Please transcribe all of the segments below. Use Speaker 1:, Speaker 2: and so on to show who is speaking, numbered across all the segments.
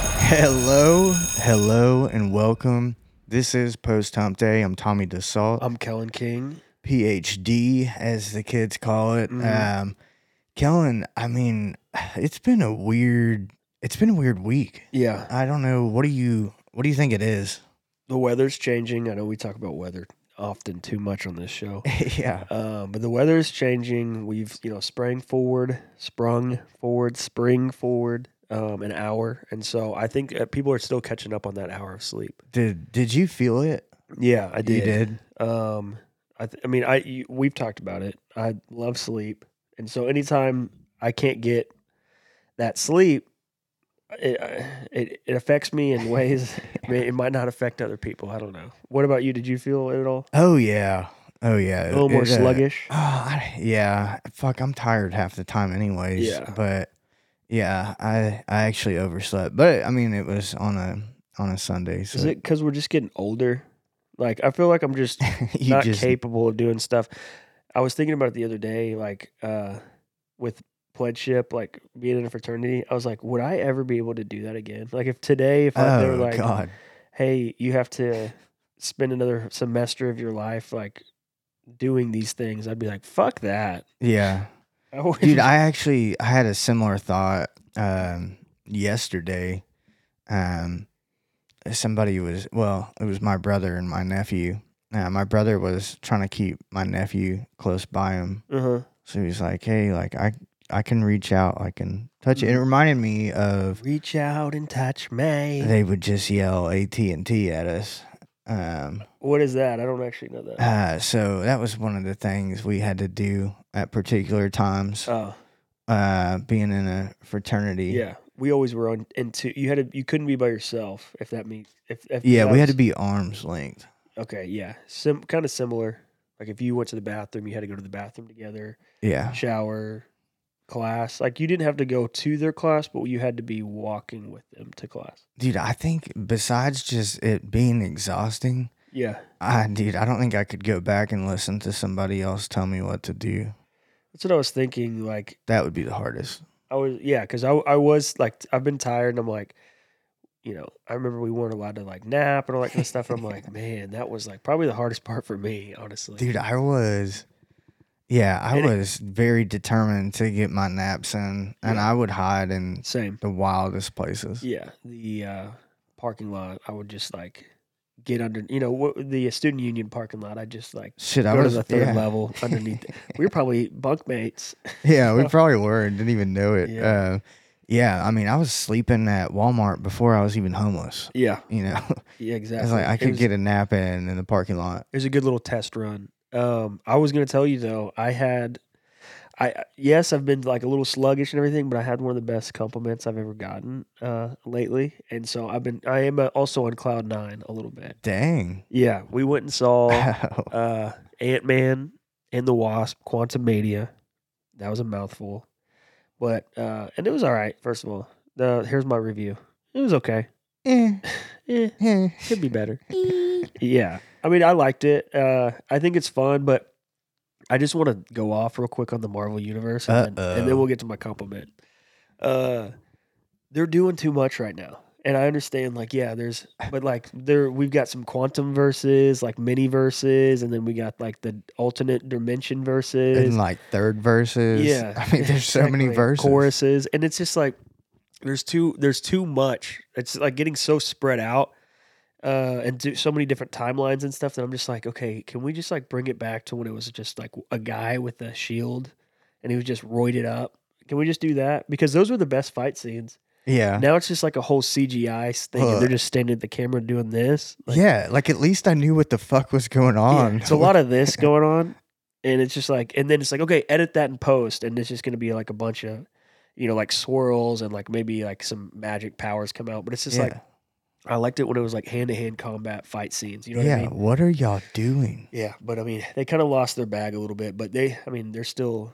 Speaker 1: Hello, hello, and welcome. This is Post Hump Day. I'm Tommy DeSalt,
Speaker 2: I'm Kellen King.
Speaker 1: PhD, as the kids call it.
Speaker 2: Mhm.
Speaker 1: Um, Kellen, I mean, it's been a weird, it's been a weird week.
Speaker 2: Yeah,
Speaker 1: I don't know. What do you, what do you think it is?
Speaker 2: the weather's changing. I know we talk about weather often too much on this show,
Speaker 1: yeah,
Speaker 2: um, but the weather is changing. We've you know sprang forward, sprung forward, spring forward um, an hour, and so I think uh, people are still catching up on that hour of sleep.
Speaker 1: did did you feel it?
Speaker 2: Yeah, I did.
Speaker 1: You did.
Speaker 2: Um, I, th- I mean, I you, we've talked about it. I love sleep, and so anytime I can't get that sleep, it I- it, it affects me in ways. I mean, it might not affect other people. I don't know. What about you? Did you feel it at all?
Speaker 1: Oh yeah, oh yeah.
Speaker 2: A little more
Speaker 1: It, uh,
Speaker 2: sluggish.
Speaker 1: Uh, yeah, fuck, I'm tired half the time, anyways.
Speaker 2: Yeah.
Speaker 1: but yeah, I I actually overslept, but I mean it was on a on a Sunday, so
Speaker 2: Is it because we're just getting older? Like I feel like I'm just
Speaker 1: you
Speaker 2: not
Speaker 1: just
Speaker 2: capable of doing stuff. I was thinking about it the other day, like uh, with pledship, like being in a fraternity. I was like, would I ever be able to do that again? Like if today, if I, they were
Speaker 1: oh
Speaker 2: like,
Speaker 1: god,
Speaker 2: hey, you have to spend another semester of your life like doing these things, I'd be like, fuck that,
Speaker 1: yeah,
Speaker 2: I would-
Speaker 1: dude. I actually I had a similar thought um, yesterday. Um, somebody was well, it was my brother and my nephew. Uh, my brother was trying to keep my nephew close by him
Speaker 2: uh-huh.
Speaker 1: So he's like, "Hey, like I I can reach out, I can touch it." It
Speaker 2: Mhm.
Speaker 1: reminded me of
Speaker 2: reach out and touch me.
Speaker 1: they would just yell AT and T at us. Um,
Speaker 2: what is that? I don't actually know that.
Speaker 1: uh, so that was one of the things we had to do at particular times.
Speaker 2: oh,
Speaker 1: Uh, being in a fraternity,
Speaker 2: yeah. We always were on into you had to you couldn't be by yourself if that means if, if
Speaker 1: yeah,
Speaker 2: that
Speaker 1: we had
Speaker 2: was-
Speaker 1: to be arms length.
Speaker 2: Okay, yeah. Sim kind of similar. Like if you went to the bathroom, you had to go to the bathroom together,
Speaker 1: Yeah,
Speaker 2: shower, class. Like you didn't have to go to their class, but you had to be walking with them to class.
Speaker 1: dude, I think besides just it being exhausting,
Speaker 2: Yeah.
Speaker 1: I dude, I don't think I could go back and listen to somebody else tell me what to do.
Speaker 2: That's what I was thinking. Like
Speaker 1: That would be the hardest.
Speaker 2: I was yeah, because I I was like I've been tired and I'm like, you know, I remember we weren't allowed to like nap and all that kind of stuff. And I'm like, man, that was like probably the hardest part for me, honestly.
Speaker 1: Dude, I was, yeah, I
Speaker 2: And it-
Speaker 1: was very determined to get my naps in, and
Speaker 2: Yeah.
Speaker 1: I would hide in
Speaker 2: Same.
Speaker 1: the wildest places.
Speaker 2: Yeah, the uh, parking lot. I would just like get under, you know, what, the uh, student union parking lot. I just like
Speaker 1: Shit, I
Speaker 2: go
Speaker 1: was
Speaker 2: to the third
Speaker 1: yeah.
Speaker 2: level underneath. we were probably bunk mates.
Speaker 1: yeah, we probably were and didn't even know it.
Speaker 2: Yeah.
Speaker 1: Uh, yeah, I mean, I was sleeping at Walmart before I was even homeless.
Speaker 2: Yeah,
Speaker 1: You know,
Speaker 2: yeah, exactly.
Speaker 1: it's like I
Speaker 2: It
Speaker 1: could
Speaker 2: was-
Speaker 1: get a nap in in the parking lot.
Speaker 2: It was a good little test run. Um, I was gonna tell you though, I had, I yes, I've been like a little sluggish and everything, but I had one of the best compliments I've ever gotten uh, lately, and so I've been, I am uh, also on cloud nine a little bit.
Speaker 1: Dang.
Speaker 2: Yeah, we went and saw.
Speaker 1: Wow.
Speaker 2: uh, Ant Man and the Wasp, Quantum Media. That was a mouthful, but uh, and it was all right. First of all, the here's my review. It was okay.
Speaker 1: Eh,
Speaker 2: Eh,
Speaker 1: eh.
Speaker 2: could be better. yeah, I mean, I liked it. Uh, I think it's fun, but I just want to go off real quick on the Marvel universe, and, then, and
Speaker 1: Uh-oh.
Speaker 2: then we'll get to my compliment. Uh, they're doing too much right now. And I understand, like, yeah, there's, but like, there we've got some quantum verses, like mini verses, and then we got like the alternate dimension verses.
Speaker 1: And like third verses.
Speaker 2: Yeah,
Speaker 1: I mean, there's so many
Speaker 2: exactly,
Speaker 1: verses.
Speaker 2: choruses, and it's just like there's too there's too much. It's like getting so spread out uh, and do so many different timelines and stuff that I'm just like, okay, can we just like bring it back to when it was just like a guy with a shield and he was just roided up? Can we just do that? Because those were the best fight scenes.
Speaker 1: Yeah.
Speaker 2: Now it's just like a whole CGI thing, and they're just standing at the camera doing this. Like,
Speaker 1: yeah, like at least I knew what the fuck was going
Speaker 2: yeah,
Speaker 1: on.
Speaker 2: it's a lot of this going on, and it's just like, and then it's like, okay, edit that in post, and it's just going to be like a bunch of, you know, like swirls and like maybe like some magic powers come out. But it's just like I liked it when it was like hand to hand combat fight scenes. You know what
Speaker 1: yeah.
Speaker 2: I mean?
Speaker 1: What are y'all doing?
Speaker 2: Yeah, but I mean, they kind of lost their bag a little bit, but they, I mean, they're still,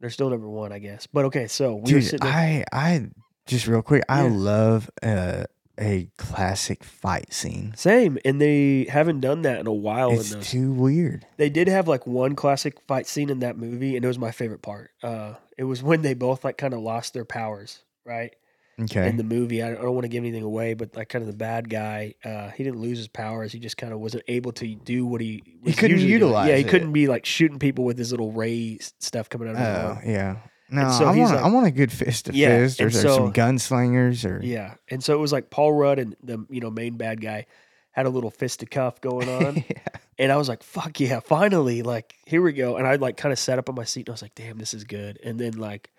Speaker 2: they're still number one, I guess. But okay, so we were
Speaker 1: Dude,
Speaker 2: sitting.
Speaker 1: I
Speaker 2: there-
Speaker 1: I just real quick, I
Speaker 2: Yeah.
Speaker 1: love uh, a classic fight scene.
Speaker 2: same, and they haven't done that in a while.
Speaker 1: it's
Speaker 2: in those
Speaker 1: too weird.
Speaker 2: They did have like one classic fight scene in that movie, and it was my favorite part. Uh, it was when they both like kind of lost their powers, right?
Speaker 1: Okay.
Speaker 2: in the movie. I don't, I don't want to give anything away, but like kind of the bad guy, uh, he didn't lose his powers. He just kind of wasn't able to do what he was
Speaker 1: couldn't
Speaker 2: usually doing.
Speaker 1: utilize
Speaker 2: Yeah, he
Speaker 1: it.
Speaker 2: couldn't be like shooting people with his little ray s- stuff coming out of
Speaker 1: Oh
Speaker 2: his arm.
Speaker 1: yeah. No,
Speaker 2: so
Speaker 1: I
Speaker 2: he's
Speaker 1: want
Speaker 2: like-
Speaker 1: I want a good fist to
Speaker 2: Yeah,
Speaker 1: fist or,
Speaker 2: and
Speaker 1: or
Speaker 2: so-
Speaker 1: some gunslingers or
Speaker 2: Yeah, and so it was like Paul Rudd and the you know main bad guy had a little fisticuff going on, and I was like, "Fuck yeah, finally!" Like here we go, and I like kind of sat up on my seat and I was like, "Damn, this is good." And then like,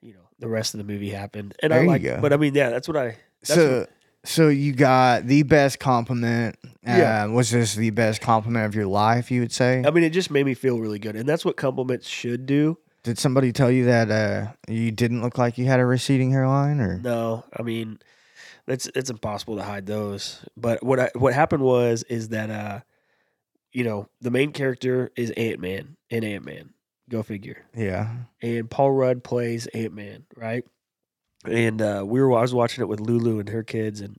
Speaker 2: you know, the rest of the movie happened, and
Speaker 1: There
Speaker 2: I
Speaker 1: you
Speaker 2: like,
Speaker 1: go.
Speaker 2: but I mean, yeah, that's what I. That's
Speaker 1: so so you got the best compliment. Uh,
Speaker 2: Yeah.
Speaker 1: Was this the best compliment of your life? You would say.
Speaker 2: I mean, it just made me feel really good, and that's what compliments should do.
Speaker 1: Did somebody tell you that uh, you didn't look like you had a receding hairline? Or
Speaker 2: No, I mean, that's it's impossible to hide those. But what I, what happened was is that uh, you know, the main character is Ant Man and Ant Man. Go figure.
Speaker 1: yeah,
Speaker 2: and Paul Rudd plays Ant Man, right? And uh, we were I was watching it with Lulu and her kids, and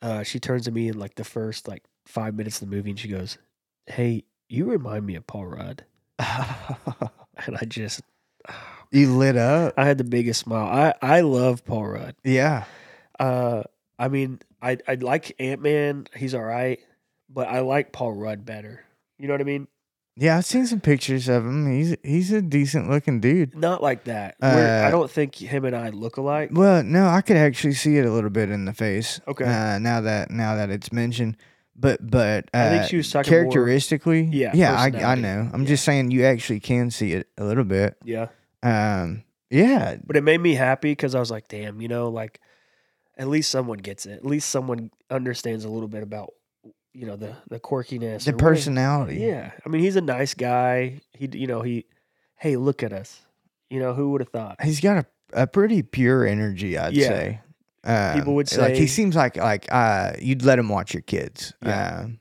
Speaker 2: uh, she turns to me in like the first like five minutes of the movie, and she goes, "Hey, you remind me of Paul Rudd," and I just
Speaker 1: you lit up.
Speaker 2: I had the biggest smile. I I love Paul Rudd.
Speaker 1: Yeah,
Speaker 2: Uh, I mean, I I like Ant Man. He's all right, but I like Paul Rudd better. You know what I mean?
Speaker 1: yeah. I've seen some pictures of him. He's he's a decent looking dude.
Speaker 2: Not like that. We're- I
Speaker 1: Uh,
Speaker 2: don't think him and I look alike.
Speaker 1: Well, no, I could actually see it a little bit in the face.
Speaker 2: Okay.
Speaker 1: Uh, now that now that it's mentioned, but but uh,
Speaker 2: I think she was talking more-
Speaker 1: characteristically.
Speaker 2: Yeah,
Speaker 1: yeah. I, I
Speaker 2: personality.
Speaker 1: know. I'm
Speaker 2: Yeah.
Speaker 1: just saying you actually can see it a little bit.
Speaker 2: Yeah.
Speaker 1: Um. Yeah.
Speaker 2: but it made me happy because I was like, damn, you know, like at least someone gets it. At least someone understands a little bit about you know the the quirkiness,
Speaker 1: The
Speaker 2: or whatever.
Speaker 1: personality.
Speaker 2: Yeah, I mean, he's a nice guy. He, you know, he, hey, look at us. You know, who would have thought?
Speaker 1: He's got a, a pretty pure energy, I'd
Speaker 2: Yeah.
Speaker 1: say. Um,
Speaker 2: People would
Speaker 1: like
Speaker 2: say-
Speaker 1: he seems like like uh you'd let him watch your kids.
Speaker 2: Yeah.
Speaker 1: Um,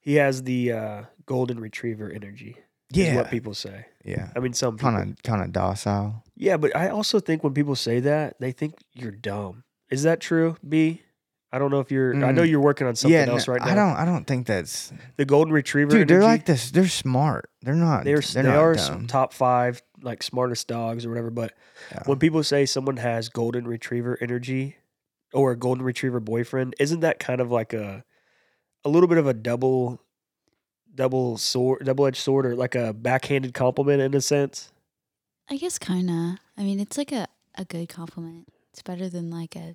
Speaker 2: He has the uh, golden retriever energy. is
Speaker 1: yeah.
Speaker 2: what people say.
Speaker 1: yeah.
Speaker 2: I mean, some people.
Speaker 1: Kind of kind of docile.
Speaker 2: Yeah, but I also think when people say that, they think you're dumb. Is that true, B? I don't know if you're. I know
Speaker 1: Mm.
Speaker 2: you're working on something
Speaker 1: yeah. no,
Speaker 2: else right now.
Speaker 1: I don't I don't think that's
Speaker 2: The golden retriever.
Speaker 1: Dude, they're
Speaker 2: energy?
Speaker 1: like this. They're smart. They're not.
Speaker 2: they're,
Speaker 1: They're
Speaker 2: they
Speaker 1: not
Speaker 2: are s-
Speaker 1: dumb.
Speaker 2: top five like smartest dogs or whatever but
Speaker 1: Yeah.
Speaker 2: when people say someone has golden retriever energy or a golden retriever boyfriend isn't that kind of like a a little bit of a double double sword double-edged sword or like a backhanded compliment in a sense
Speaker 3: I guess kind of. I mean, it's like a, a good compliment. It's better than like a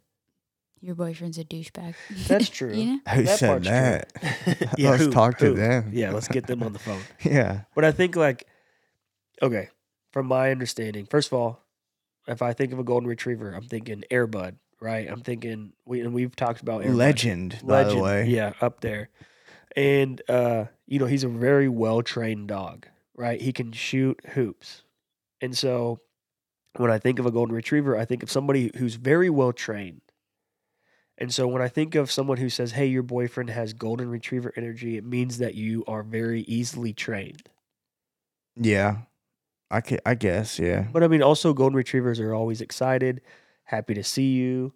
Speaker 3: your boyfriend's a douchebag.
Speaker 2: That's true.
Speaker 3: you know?
Speaker 1: Who
Speaker 2: that
Speaker 1: said
Speaker 2: part's true.
Speaker 1: that?
Speaker 2: Yeah,
Speaker 1: let's
Speaker 2: who-
Speaker 1: talk to
Speaker 2: who?
Speaker 1: them.
Speaker 2: yeah let's get them on the phone
Speaker 1: yeah.
Speaker 2: but i think like okay from my understanding first of all if i think of a golden retriever i'm thinking airbud right i'm thinking we and we've talked about Air Bud.
Speaker 1: Legend, by
Speaker 2: Oh, legend.
Speaker 1: the way.
Speaker 2: Yeah, up there. And uh, you know, he's a very well trained dog, right? He can shoot hoops. And so when I think of a golden retriever, I think of somebody who's very well trained. And so when I think of someone who says, "Hey, your boyfriend has golden retriever energy," it means that you are very easily trained.
Speaker 1: Yeah. I, ca- I guess, yeah.
Speaker 2: But I mean, also golden retrievers are always excited, happy to see you.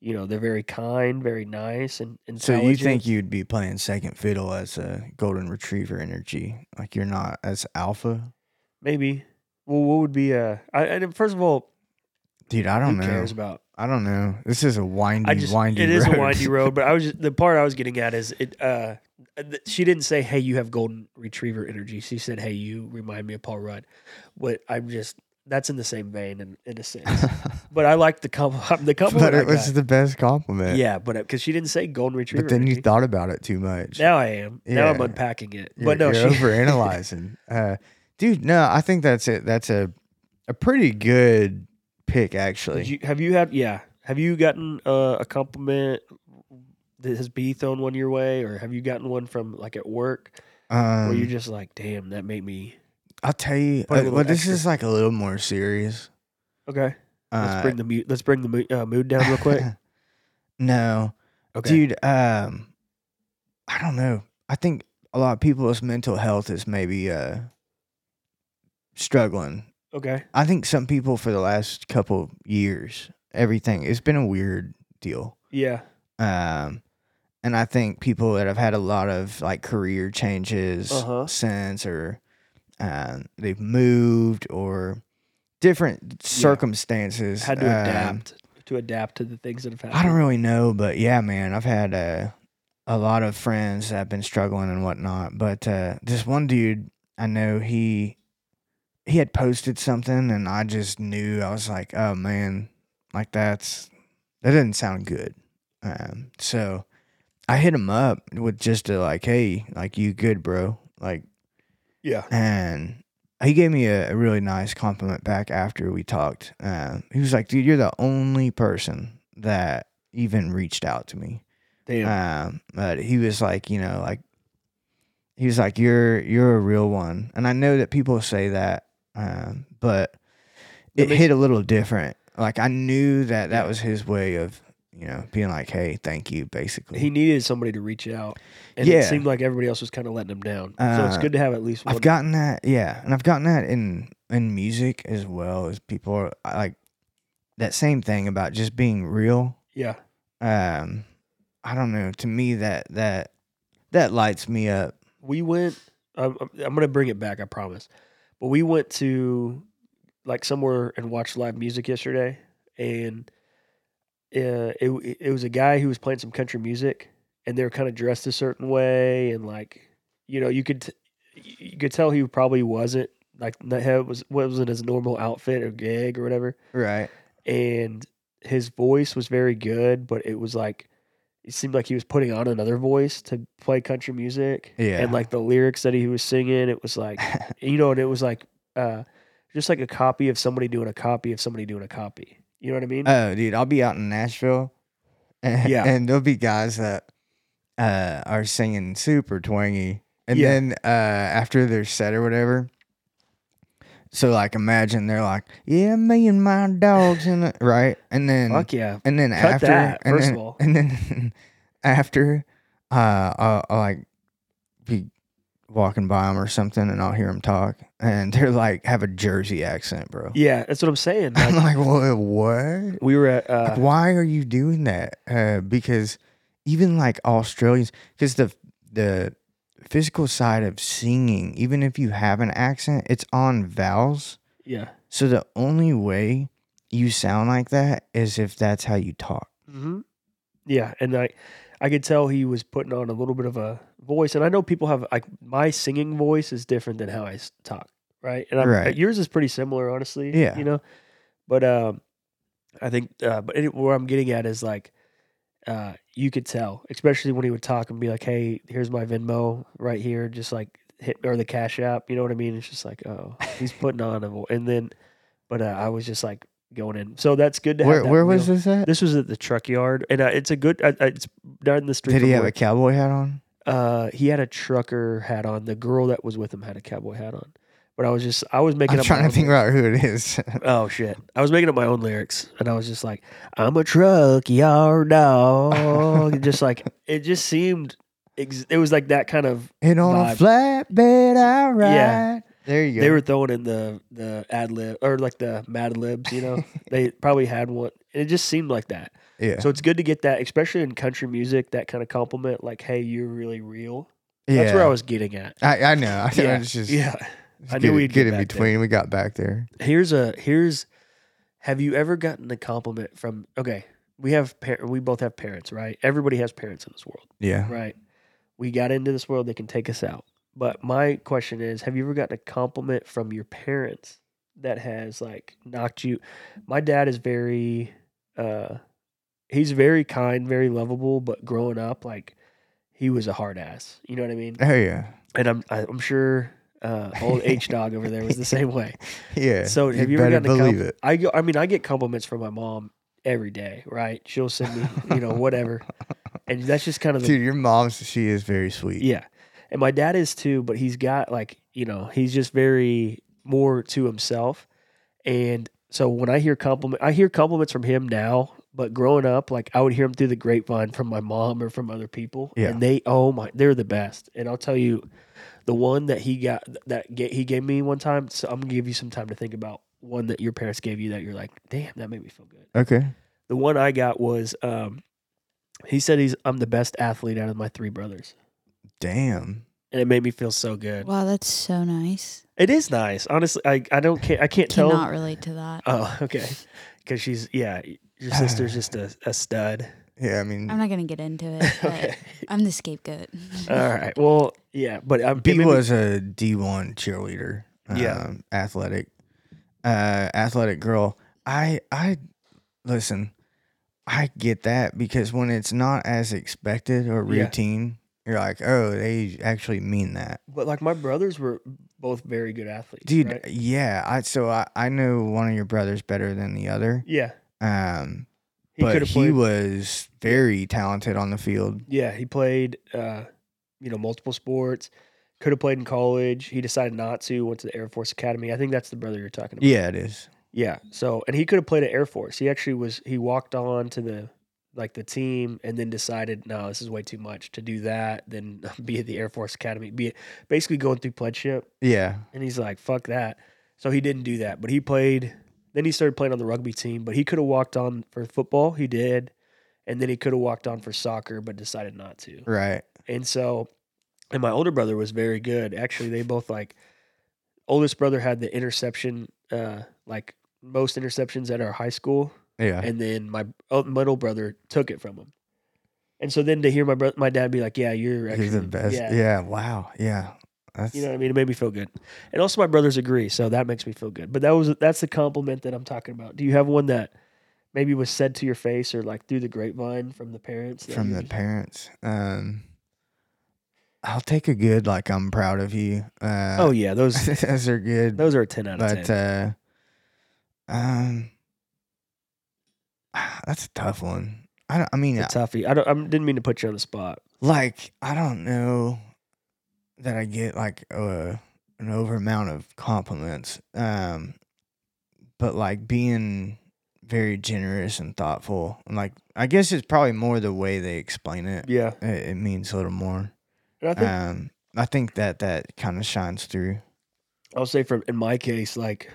Speaker 2: You know, they're very kind, very nice, and and
Speaker 1: So you think you'd be playing second fiddle as a golden retriever energy? Like you're not as alpha?
Speaker 2: Maybe. Well, what would be a? I, I first of all,
Speaker 1: Dude, I
Speaker 2: who
Speaker 1: don't know.
Speaker 2: cares about?
Speaker 1: I don't know. This is a windy,
Speaker 2: I just
Speaker 1: windy
Speaker 2: it
Speaker 1: road.
Speaker 2: is a windy road, but I was just, the part I was getting at is it. uh th- She didn't say, "Hey, you have golden retriever energy." She said, "Hey, you remind me of Paul Rudd." But I'm just that's in the same vein in, in a sense. but I like the compliment. The compliment.
Speaker 1: but it
Speaker 2: I
Speaker 1: was
Speaker 2: got.
Speaker 1: the best compliment.
Speaker 2: yeah, but because she didn't say golden retriever.
Speaker 1: But then you
Speaker 2: energy.
Speaker 1: thought about it too much.
Speaker 2: now I am. Now I'm
Speaker 1: Yeah.
Speaker 2: unpacking it.
Speaker 1: You're,
Speaker 2: but no,
Speaker 1: you're
Speaker 2: she,
Speaker 1: overanalyzing. uh, dude, no, I think that's it. That's a a pretty good pick, actually.
Speaker 2: Did you, have you had? Yeah. Have you gotten uh, a compliment that has be thrown one your way, or have you gotten one from like at work
Speaker 1: um,
Speaker 2: where you're just like, "Damn, that made me."
Speaker 1: I'll tell you.
Speaker 2: Put a
Speaker 1: uh,
Speaker 2: little
Speaker 1: well, this
Speaker 2: extra.
Speaker 1: is like a little more serious.
Speaker 2: Okay. Let's
Speaker 1: Uh,
Speaker 2: bring the mu- let's bring the mu- uh, mood down real quick.
Speaker 1: no,
Speaker 2: Okay.
Speaker 1: dude um i don't know i think a lot of people's mental health is maybe uh struggling
Speaker 2: okay.
Speaker 1: i think some people for the last couple years everything it's been a weird deal
Speaker 2: Yeah.
Speaker 1: um and i think people that have had a lot of like career changes
Speaker 2: Uh-huh.
Speaker 1: since or um they've moved or different circumstances
Speaker 2: Had to
Speaker 1: um,
Speaker 2: adapt to adapt to the things that have happened?
Speaker 1: I don't really know, but yeah, man, I've had uh, a lot of friends that have been struggling and whatnot. But uh, this one dude I know, he he had posted something, and I just knew I was like, oh man, like that's that doesn't sound good. Um, so I hit him up with just a like, hey, like you good, bro? Like
Speaker 2: Yeah.
Speaker 1: and he gave me a, a really nice compliment back after we talked. Um, he was like, "Dude, you're the only person that even reached out to me."
Speaker 2: Damn.
Speaker 1: Um, but he was like, you know, like he was like, "You're you're a real one," and I know that people say that, um, but
Speaker 2: That
Speaker 1: it
Speaker 2: makes-
Speaker 1: hit a little different. Like I knew that that was his way of, you know, being like, "Hey, thank you," basically.
Speaker 2: he needed somebody to reach out, and
Speaker 1: Yeah.
Speaker 2: it seemed like everybody else was kind of letting him down. so it's
Speaker 1: Uh,
Speaker 2: good to have at least one.
Speaker 1: I've gotten that, yeah, and I've gotten that in in music as well as people are I like that same thing about just being real.
Speaker 2: yeah,
Speaker 1: Um, I don't know. To me, that that that lights me up.
Speaker 2: we went. I'm, I'm I'm gonna bring it back. I promise. But we went to like somewhere and watched live music yesterday, and uh, it it was a guy who was playing some country music, and they were kind of dressed a certain way, and like you know you could t- you could tell he probably wasn't like not had- was wasn't his normal outfit or gig or whatever.
Speaker 1: Right.
Speaker 2: and his voice was very good, but it was like it seemed like he was putting on another voice to play country music.
Speaker 1: Yeah.
Speaker 2: And like the lyrics that he was singing, it was like you know, and it was like uh just like a copy of somebody doing a copy of somebody doing a copy. You know what I mean?
Speaker 1: oh, dude, I'll be out in Nashville, and,
Speaker 2: Yeah.
Speaker 1: and there'll be guys that uh are singing super twangy, and
Speaker 2: Yeah.
Speaker 1: then uh after their set or whatever. So like, imagine they're like, "Yeah, me and my dogs," and right, and then
Speaker 2: Fuck yeah.
Speaker 1: And then
Speaker 2: Cut
Speaker 1: after,
Speaker 2: that,
Speaker 1: and
Speaker 2: first
Speaker 1: then,
Speaker 2: of all.
Speaker 1: and then after, uh, I'll, I'll like be walking by them or something, and I'll hear them talk, and they're like have a Jersey accent, bro.
Speaker 2: Yeah, that's what I'm saying.
Speaker 1: I'm
Speaker 2: Like,
Speaker 1: like, well, what?
Speaker 2: we were at
Speaker 1: Like,
Speaker 2: uh
Speaker 1: why are you doing that? Uh, because even like Australians, because the the physical side of singing, even if you have an accent, it's on vowels.
Speaker 2: yeah.
Speaker 1: So the only way you sound like that is if that's how you talk.
Speaker 2: hmm Yeah, and I, I could tell he was putting on a little bit of a voice, and I know people have like my singing voice is different than how I s- talk, right? And I'm,
Speaker 1: Right.
Speaker 2: yours is pretty similar, honestly.
Speaker 1: Yeah.
Speaker 2: you know, but um, I think uh, but any, where I'm getting at is like, uh, you could tell, especially when he would talk and be like, "Hey, here's my Venmo right here," just like hit or the Cash App. You know what I mean? It's just like, oh, he's putting on a voice, and then, but uh, I was just like going in, so that's good to have.
Speaker 1: Where
Speaker 2: that
Speaker 1: where
Speaker 2: real-
Speaker 1: was this at?
Speaker 2: this was at the truck yard, and uh, it's a good. Uh, uh, it's down in the street.
Speaker 1: Did he
Speaker 2: from
Speaker 1: have a
Speaker 2: where-
Speaker 1: cowboy hat on?
Speaker 2: uh, he had a trucker hat on. The girl that was with him had a cowboy hat on. But I was just, I was making
Speaker 1: I'm
Speaker 2: up. my
Speaker 1: trying to
Speaker 2: own
Speaker 1: think
Speaker 2: lyrics.
Speaker 1: about who it is.
Speaker 2: Oh shit! I was making up my own lyrics, and I was just like, "I'm a truck yard dog." just like it just seemed, ex- it was like that kind of.
Speaker 1: and on a
Speaker 2: Vibe.
Speaker 1: flatbed I ride.
Speaker 2: Yeah.
Speaker 1: There you go.
Speaker 2: They were throwing in the the ad lib or like the Mad Libs, you know. they probably had one, and it just seemed like that.
Speaker 1: yeah.
Speaker 2: So it's good to get that, especially in country music, that kind of compliment, like, "Hey, you're really real."
Speaker 1: yeah.
Speaker 2: That's where I was getting at.
Speaker 1: I, I know. I,
Speaker 2: Yeah,
Speaker 1: I was just,
Speaker 2: yeah.
Speaker 1: just
Speaker 2: I
Speaker 1: get,
Speaker 2: knew we'd
Speaker 1: get
Speaker 2: get
Speaker 1: in
Speaker 2: back
Speaker 1: between. We got back there.
Speaker 2: Here's a here's. Have you ever gotten a compliment from? Okay, we have par- we both have parents, right? Everybody has parents in this world,
Speaker 1: Yeah.
Speaker 2: right? We got into this world; they can take us out. But my question is: Have you ever gotten a compliment from your parents that has like knocked you? My dad is very, uh, he's very kind, very lovable, but growing up, like he was a hard ass. You know what I mean?
Speaker 1: Oh yeah.
Speaker 2: and I'm I- I'm sure uh, old H dog over there was the same way.
Speaker 1: Yeah.
Speaker 2: So have you ever
Speaker 1: better
Speaker 2: gotten a
Speaker 1: believe
Speaker 2: compl-
Speaker 1: it?
Speaker 2: I go, I mean I get compliments from my mom every day, right? She'll send me you know whatever, and that's just kind of the
Speaker 1: Dude, your mom's she is very sweet.
Speaker 2: yeah. And my dad is too, but he's got like you know he's just very more to himself, and so when I hear compliment I hear compliments from him now. But growing up, like I would hear them through the grapevine from my mom or from other people,
Speaker 1: Yeah.
Speaker 2: and they, oh my, they're the best. And I'll tell you, the one that he got that ga- he gave me one time. So I'm gonna give you some time to think about one that your parents gave you that you're like, damn, that made me feel good.
Speaker 1: Okay.
Speaker 2: The one I got was, um, he said he's I'm the best athlete out of my three brothers,
Speaker 1: Damn.
Speaker 2: and it made me feel so good.
Speaker 3: Wow, that's so nice.
Speaker 2: It is nice, honestly. I I don't ca- I can't tell. Um,
Speaker 3: Cannot relate to that.
Speaker 2: Oh, okay, because she's yeah, Your sister's just a, a stud.
Speaker 1: Yeah, I mean,
Speaker 3: I'm not gonna get into it. But
Speaker 2: Okay.
Speaker 3: I'm the scapegoat.
Speaker 2: All right. Well, yeah, but um, I'm
Speaker 1: B was a D one cheerleader.
Speaker 2: Yeah.
Speaker 1: um, athletic, uh, athletic girl. I I listen. I get that because when it's not as expected or
Speaker 2: Yeah.
Speaker 1: routine, you're like, oh, they actually mean that,
Speaker 2: But like my brothers were both very good athletes,
Speaker 1: dude.
Speaker 2: right?
Speaker 1: Yeah, I so I I know one of your brothers better than the other.
Speaker 2: Yeah,
Speaker 1: Um,
Speaker 2: he could
Speaker 1: but
Speaker 2: have
Speaker 1: he
Speaker 2: played.
Speaker 1: was very talented on the field.
Speaker 2: yeah, he played. Uh, you know, multiple sports. Could have played in college. He decided not to. Went to the Air Force Academy. I think that's the brother you're talking about.
Speaker 1: Yeah, it is.
Speaker 2: Yeah. So, and he could have played at Air Force. He actually was. He walked on to the like the team, and then decided, no, this is way too much to do that. Then be at the Air Force Academy. Be basically going through pledgeship,
Speaker 1: Yeah,
Speaker 2: and he's like, fuck that. So he didn't do that, but he played. Then he started playing on the rugby team, but he could have walked on for football. He did, and then he could have walked on for soccer, but decided not to.
Speaker 1: right.
Speaker 2: And so, and my older brother was very good. Actually, they both like oldest brother had the interception, uh, like most interceptions at our high school,
Speaker 1: Yeah,
Speaker 2: and then my o- middle brother took it from him. And so then to hear my bro- my dad be like, "Yeah, you're actually
Speaker 1: he's the best. Yeah. wow. Yeah, that's
Speaker 2: you know what I mean? It made me feel good. And also my brothers agree, so that makes me feel good. But that was that's the compliment that I'm talking about. Do you have one that maybe was said to your face or like through the grapevine from the parents? that
Speaker 1: from
Speaker 2: you
Speaker 1: the
Speaker 2: just-
Speaker 1: parents. Um, I'll take a good like I'm proud of you. Uh,
Speaker 2: Oh yeah, those
Speaker 1: those are good.
Speaker 2: those are a 10 out of 10.
Speaker 1: but uh, um, that's a tough one. I don't, I mean,
Speaker 2: a toughie. I don't. I didn't mean to put you on the spot.
Speaker 1: like I don't know that I get like uh, an over amount of compliments. Um, but like being very generous and thoughtful, and like I guess it's probably more the way they explain it.
Speaker 2: Yeah,
Speaker 1: It, it means a little more.
Speaker 2: and I think
Speaker 1: um, I think that that kind of shines through.
Speaker 2: I'll say from in my case, like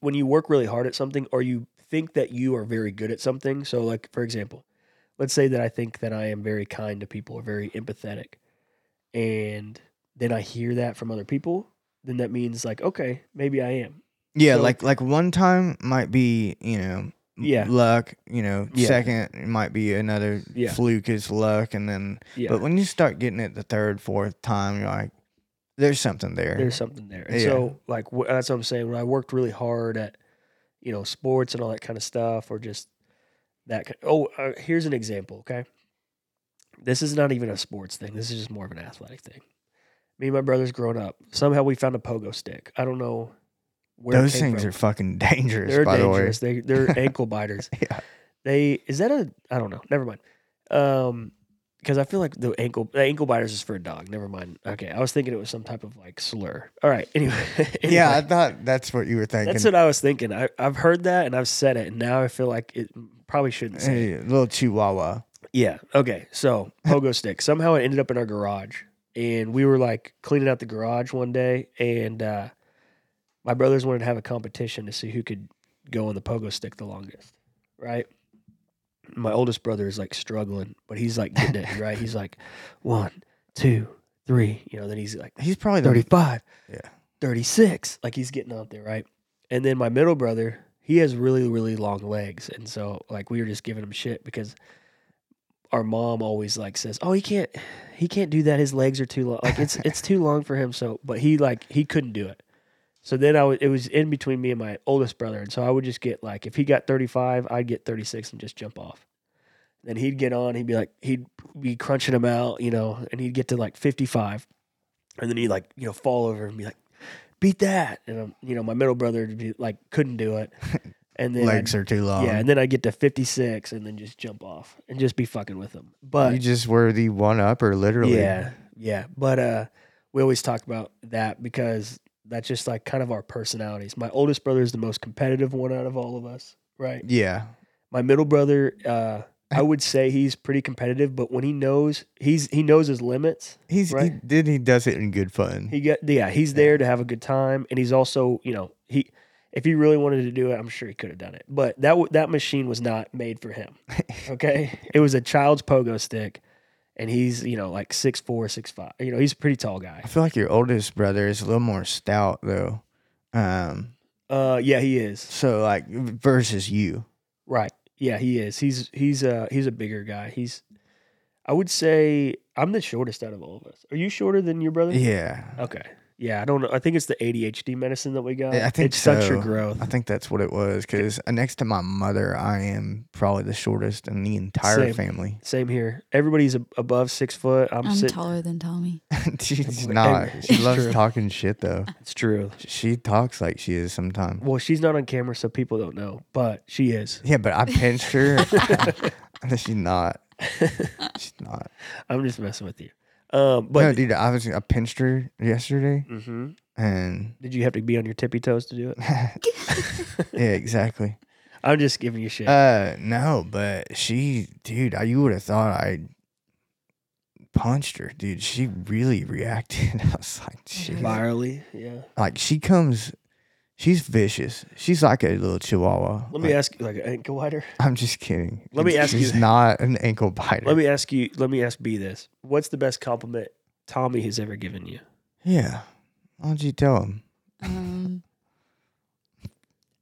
Speaker 2: when you work really hard at something, or you think that you are very good at something. So, like for example, let's say that I think that I am very kind to people or very empathetic, and then I hear that from other people. Then that means like, okay, maybe I am.
Speaker 1: Yeah,
Speaker 2: So-
Speaker 1: like like one time might be you know
Speaker 2: Yeah.
Speaker 1: luck, you know
Speaker 2: Yeah.
Speaker 1: second it might be another
Speaker 2: Yeah.
Speaker 1: fluke is luck, and then
Speaker 2: Yeah,
Speaker 1: but when you start getting it the third fourth time, you're like, there's something there.
Speaker 2: there's something there. And
Speaker 1: Yeah.
Speaker 2: so, like wh- that's what I'm saying. When I worked really hard at, you know, sports and all that kind of stuff, or just that. ki- Oh, uh, here's an example. Okay, this is not even a sports thing. This is just more of an athletic thing. Me and my brothers growing up, somehow we found a pogo stick. I don't know where it
Speaker 1: Those
Speaker 2: came
Speaker 1: things
Speaker 2: from.
Speaker 1: are fucking dangerous.
Speaker 2: They're
Speaker 1: by
Speaker 2: dangerous. They they're ankle biters.
Speaker 1: Yeah.
Speaker 2: They is that a I don't know. Never mind. Um because I feel like the ankle the ankle biters is for a dog. Never mind. Okay. I was thinking it was some type of like slur. All right. Anyway.
Speaker 1: the way. Yeah, I
Speaker 2: anyway,
Speaker 1: thought that's what you were thinking.
Speaker 2: that's what I was thinking. I, I've heard that and I've said it and now I feel like it probably shouldn't say it.
Speaker 1: Hey, little chihuahua.
Speaker 2: Yeah. Okay. So pogo stick. Somehow it ended up in our garage, and we were like cleaning out the garage one day, and uh, my brothers wanted to have a competition to see who could go on the pogo stick the longest, right? My oldest brother is like struggling, but he's like getting it right. He's like one, two, three. You know. Then he's like
Speaker 1: He's probably the
Speaker 2: 35
Speaker 1: Yeah.
Speaker 2: 36 like he's getting out there right and then my middle brother he has really really long legs and so like we were just giving him shit because our mom always like says oh he can't he can't do that his legs are too long like it's it's too long for him so but he like he couldn't do it so then I was it was in between me and my oldest brother and so I would just get like if he got 35 I'd get 36 and just jump off then he'd get on he'd be like he'd be crunching him out you know and he'd get to like 55 and then he'd like, you know, fall over and be like, beat that. And, um, you know, my middle brother would be like, couldn't do it. And then,
Speaker 1: legs are too long.
Speaker 2: yeah. And then I get to 56 and then just jump off and just be fucking with him.
Speaker 1: you
Speaker 2: But
Speaker 1: just were the one upper, literally.
Speaker 2: yeah, yeah. But, uh, we always talk about that because that's just like kind of our personalities. My oldest brother is the most competitive one out of all of us. Right.
Speaker 1: Yeah.
Speaker 2: My middle brother, uh, I would say he's pretty competitive, but when he knows he's he knows his limits,
Speaker 1: He's he
Speaker 2: Right.
Speaker 1: did he does it in good fun.
Speaker 2: He got yeah, he's there to have a good time, and he's also you know he if he really wanted to do it, I'm sure he could have done it. But that w- that machine was not made for him. Okay, it was a child's pogo stick, and he's you know like six four, six five. You know he's a pretty tall guy.
Speaker 1: I feel like your oldest brother is a little more stout though. Um
Speaker 2: Uh, yeah, he is.
Speaker 1: so like versus you.
Speaker 2: Right. Yeah, he is. He's he's uh he's a bigger guy. He's I would say I'm the shortest out of all of us. Are you shorter than your brother?
Speaker 1: Yeah.
Speaker 2: Okay. Yeah, I don't know. I think it's the ADHD medicine that we got.
Speaker 1: I- I think
Speaker 2: it's such your
Speaker 1: so.
Speaker 2: growth.
Speaker 1: I think that's what it was because next to my mother, I am probably the shortest in the entire
Speaker 2: Same.
Speaker 1: family.
Speaker 2: Same here. Everybody's ab above six foot. I'm,
Speaker 3: I'm,
Speaker 2: sitting.
Speaker 3: taller than Tommy.
Speaker 1: She's
Speaker 2: Hey,
Speaker 1: not. She
Speaker 2: it's
Speaker 1: loves
Speaker 2: true.
Speaker 1: talking shit though.
Speaker 2: It's true.
Speaker 1: She talks like she is sometimes.
Speaker 2: Well, she's not on camera, so people don't know, but she is.
Speaker 1: Yeah, but I pinched her. she's not. She's not.
Speaker 2: I'm just messing with you. Um, but
Speaker 1: no, dude, I was I pinched her yesterday,
Speaker 2: Mhm.
Speaker 1: and
Speaker 2: did you have to be on your tippy toes to do it?
Speaker 1: yeah, exactly.
Speaker 2: I'm just giving you shit.
Speaker 1: Uh, no, but she, dude, I, you would have thought I punched her, dude. She really reacted. I was like, shit.
Speaker 2: Virally, yeah.
Speaker 1: like she comes, she's vicious. She's like a little chihuahua.
Speaker 2: Let me
Speaker 1: Like,
Speaker 2: ask you, like an ankle wider.
Speaker 1: I'm just kidding.
Speaker 2: Let me ask you
Speaker 1: She's
Speaker 2: th-
Speaker 1: not an ankle biter.
Speaker 2: Let me ask you. Let me ask B this. What's the best compliment Tommy has ever given you?
Speaker 1: yeah. Why don't you tell him?
Speaker 3: Um,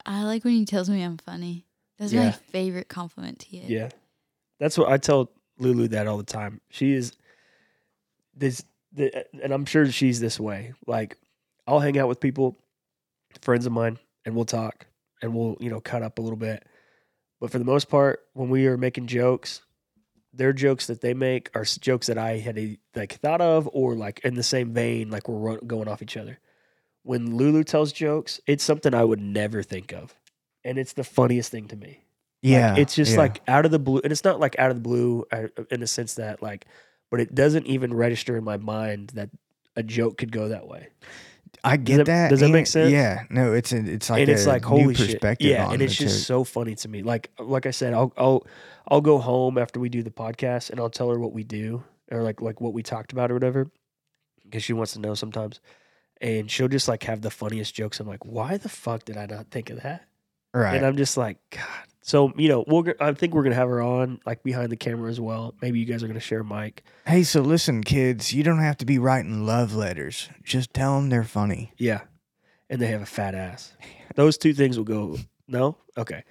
Speaker 3: I like when he tells me I'm funny. That's my
Speaker 2: Yeah.
Speaker 3: favorite compliment to get.
Speaker 2: Yeah, that's what I tell Lulu that all the time. She is this, the, and I'm sure she's this way. Like, I'll hang out with people, friends of mine, and we'll talk and we'll you know cut up a little bit. But for the most part, when we are making jokes, their jokes that they make are s- jokes that I had eh, like thought of or like in the same vein, like we're ro- going off each other. When Lulu tells jokes, it's something I would never think of, and it's the funniest thing to me. Like,
Speaker 1: Yeah.
Speaker 2: it's just
Speaker 1: yeah.
Speaker 2: like out of the blue, and it's not like out of the blue uh, in the sense that like, but it doesn't even register in my mind that a joke could go that way.
Speaker 1: I get
Speaker 2: that-
Speaker 1: that.
Speaker 2: does that make
Speaker 1: and-
Speaker 2: sense?
Speaker 1: Yeah. No, it's a, it's like
Speaker 2: and it's
Speaker 1: a
Speaker 2: like holy
Speaker 1: new
Speaker 2: shit,
Speaker 1: perspective
Speaker 2: yeah.
Speaker 1: on
Speaker 2: And it's
Speaker 1: the
Speaker 2: just
Speaker 1: joke.
Speaker 2: so funny to me. Like like I said, I'll I'll I'll go home after we do the podcast, and I'll tell her what we do or like like what we talked about or whatever, because she wants to know sometimes. And she'll just like have the funniest jokes. I'm like, why the fuck did I not think of that?
Speaker 1: right.
Speaker 2: And I'm just like, God. So you know, we'll I think we're gonna have her on like behind the camera as well. Maybe you guys are gonna share a mic.
Speaker 1: hey, so listen, kids, you don't have to be writing love letters. Just tell them they're funny.
Speaker 2: Yeah. And they have a fat ass. Those two things will go. No? Okay.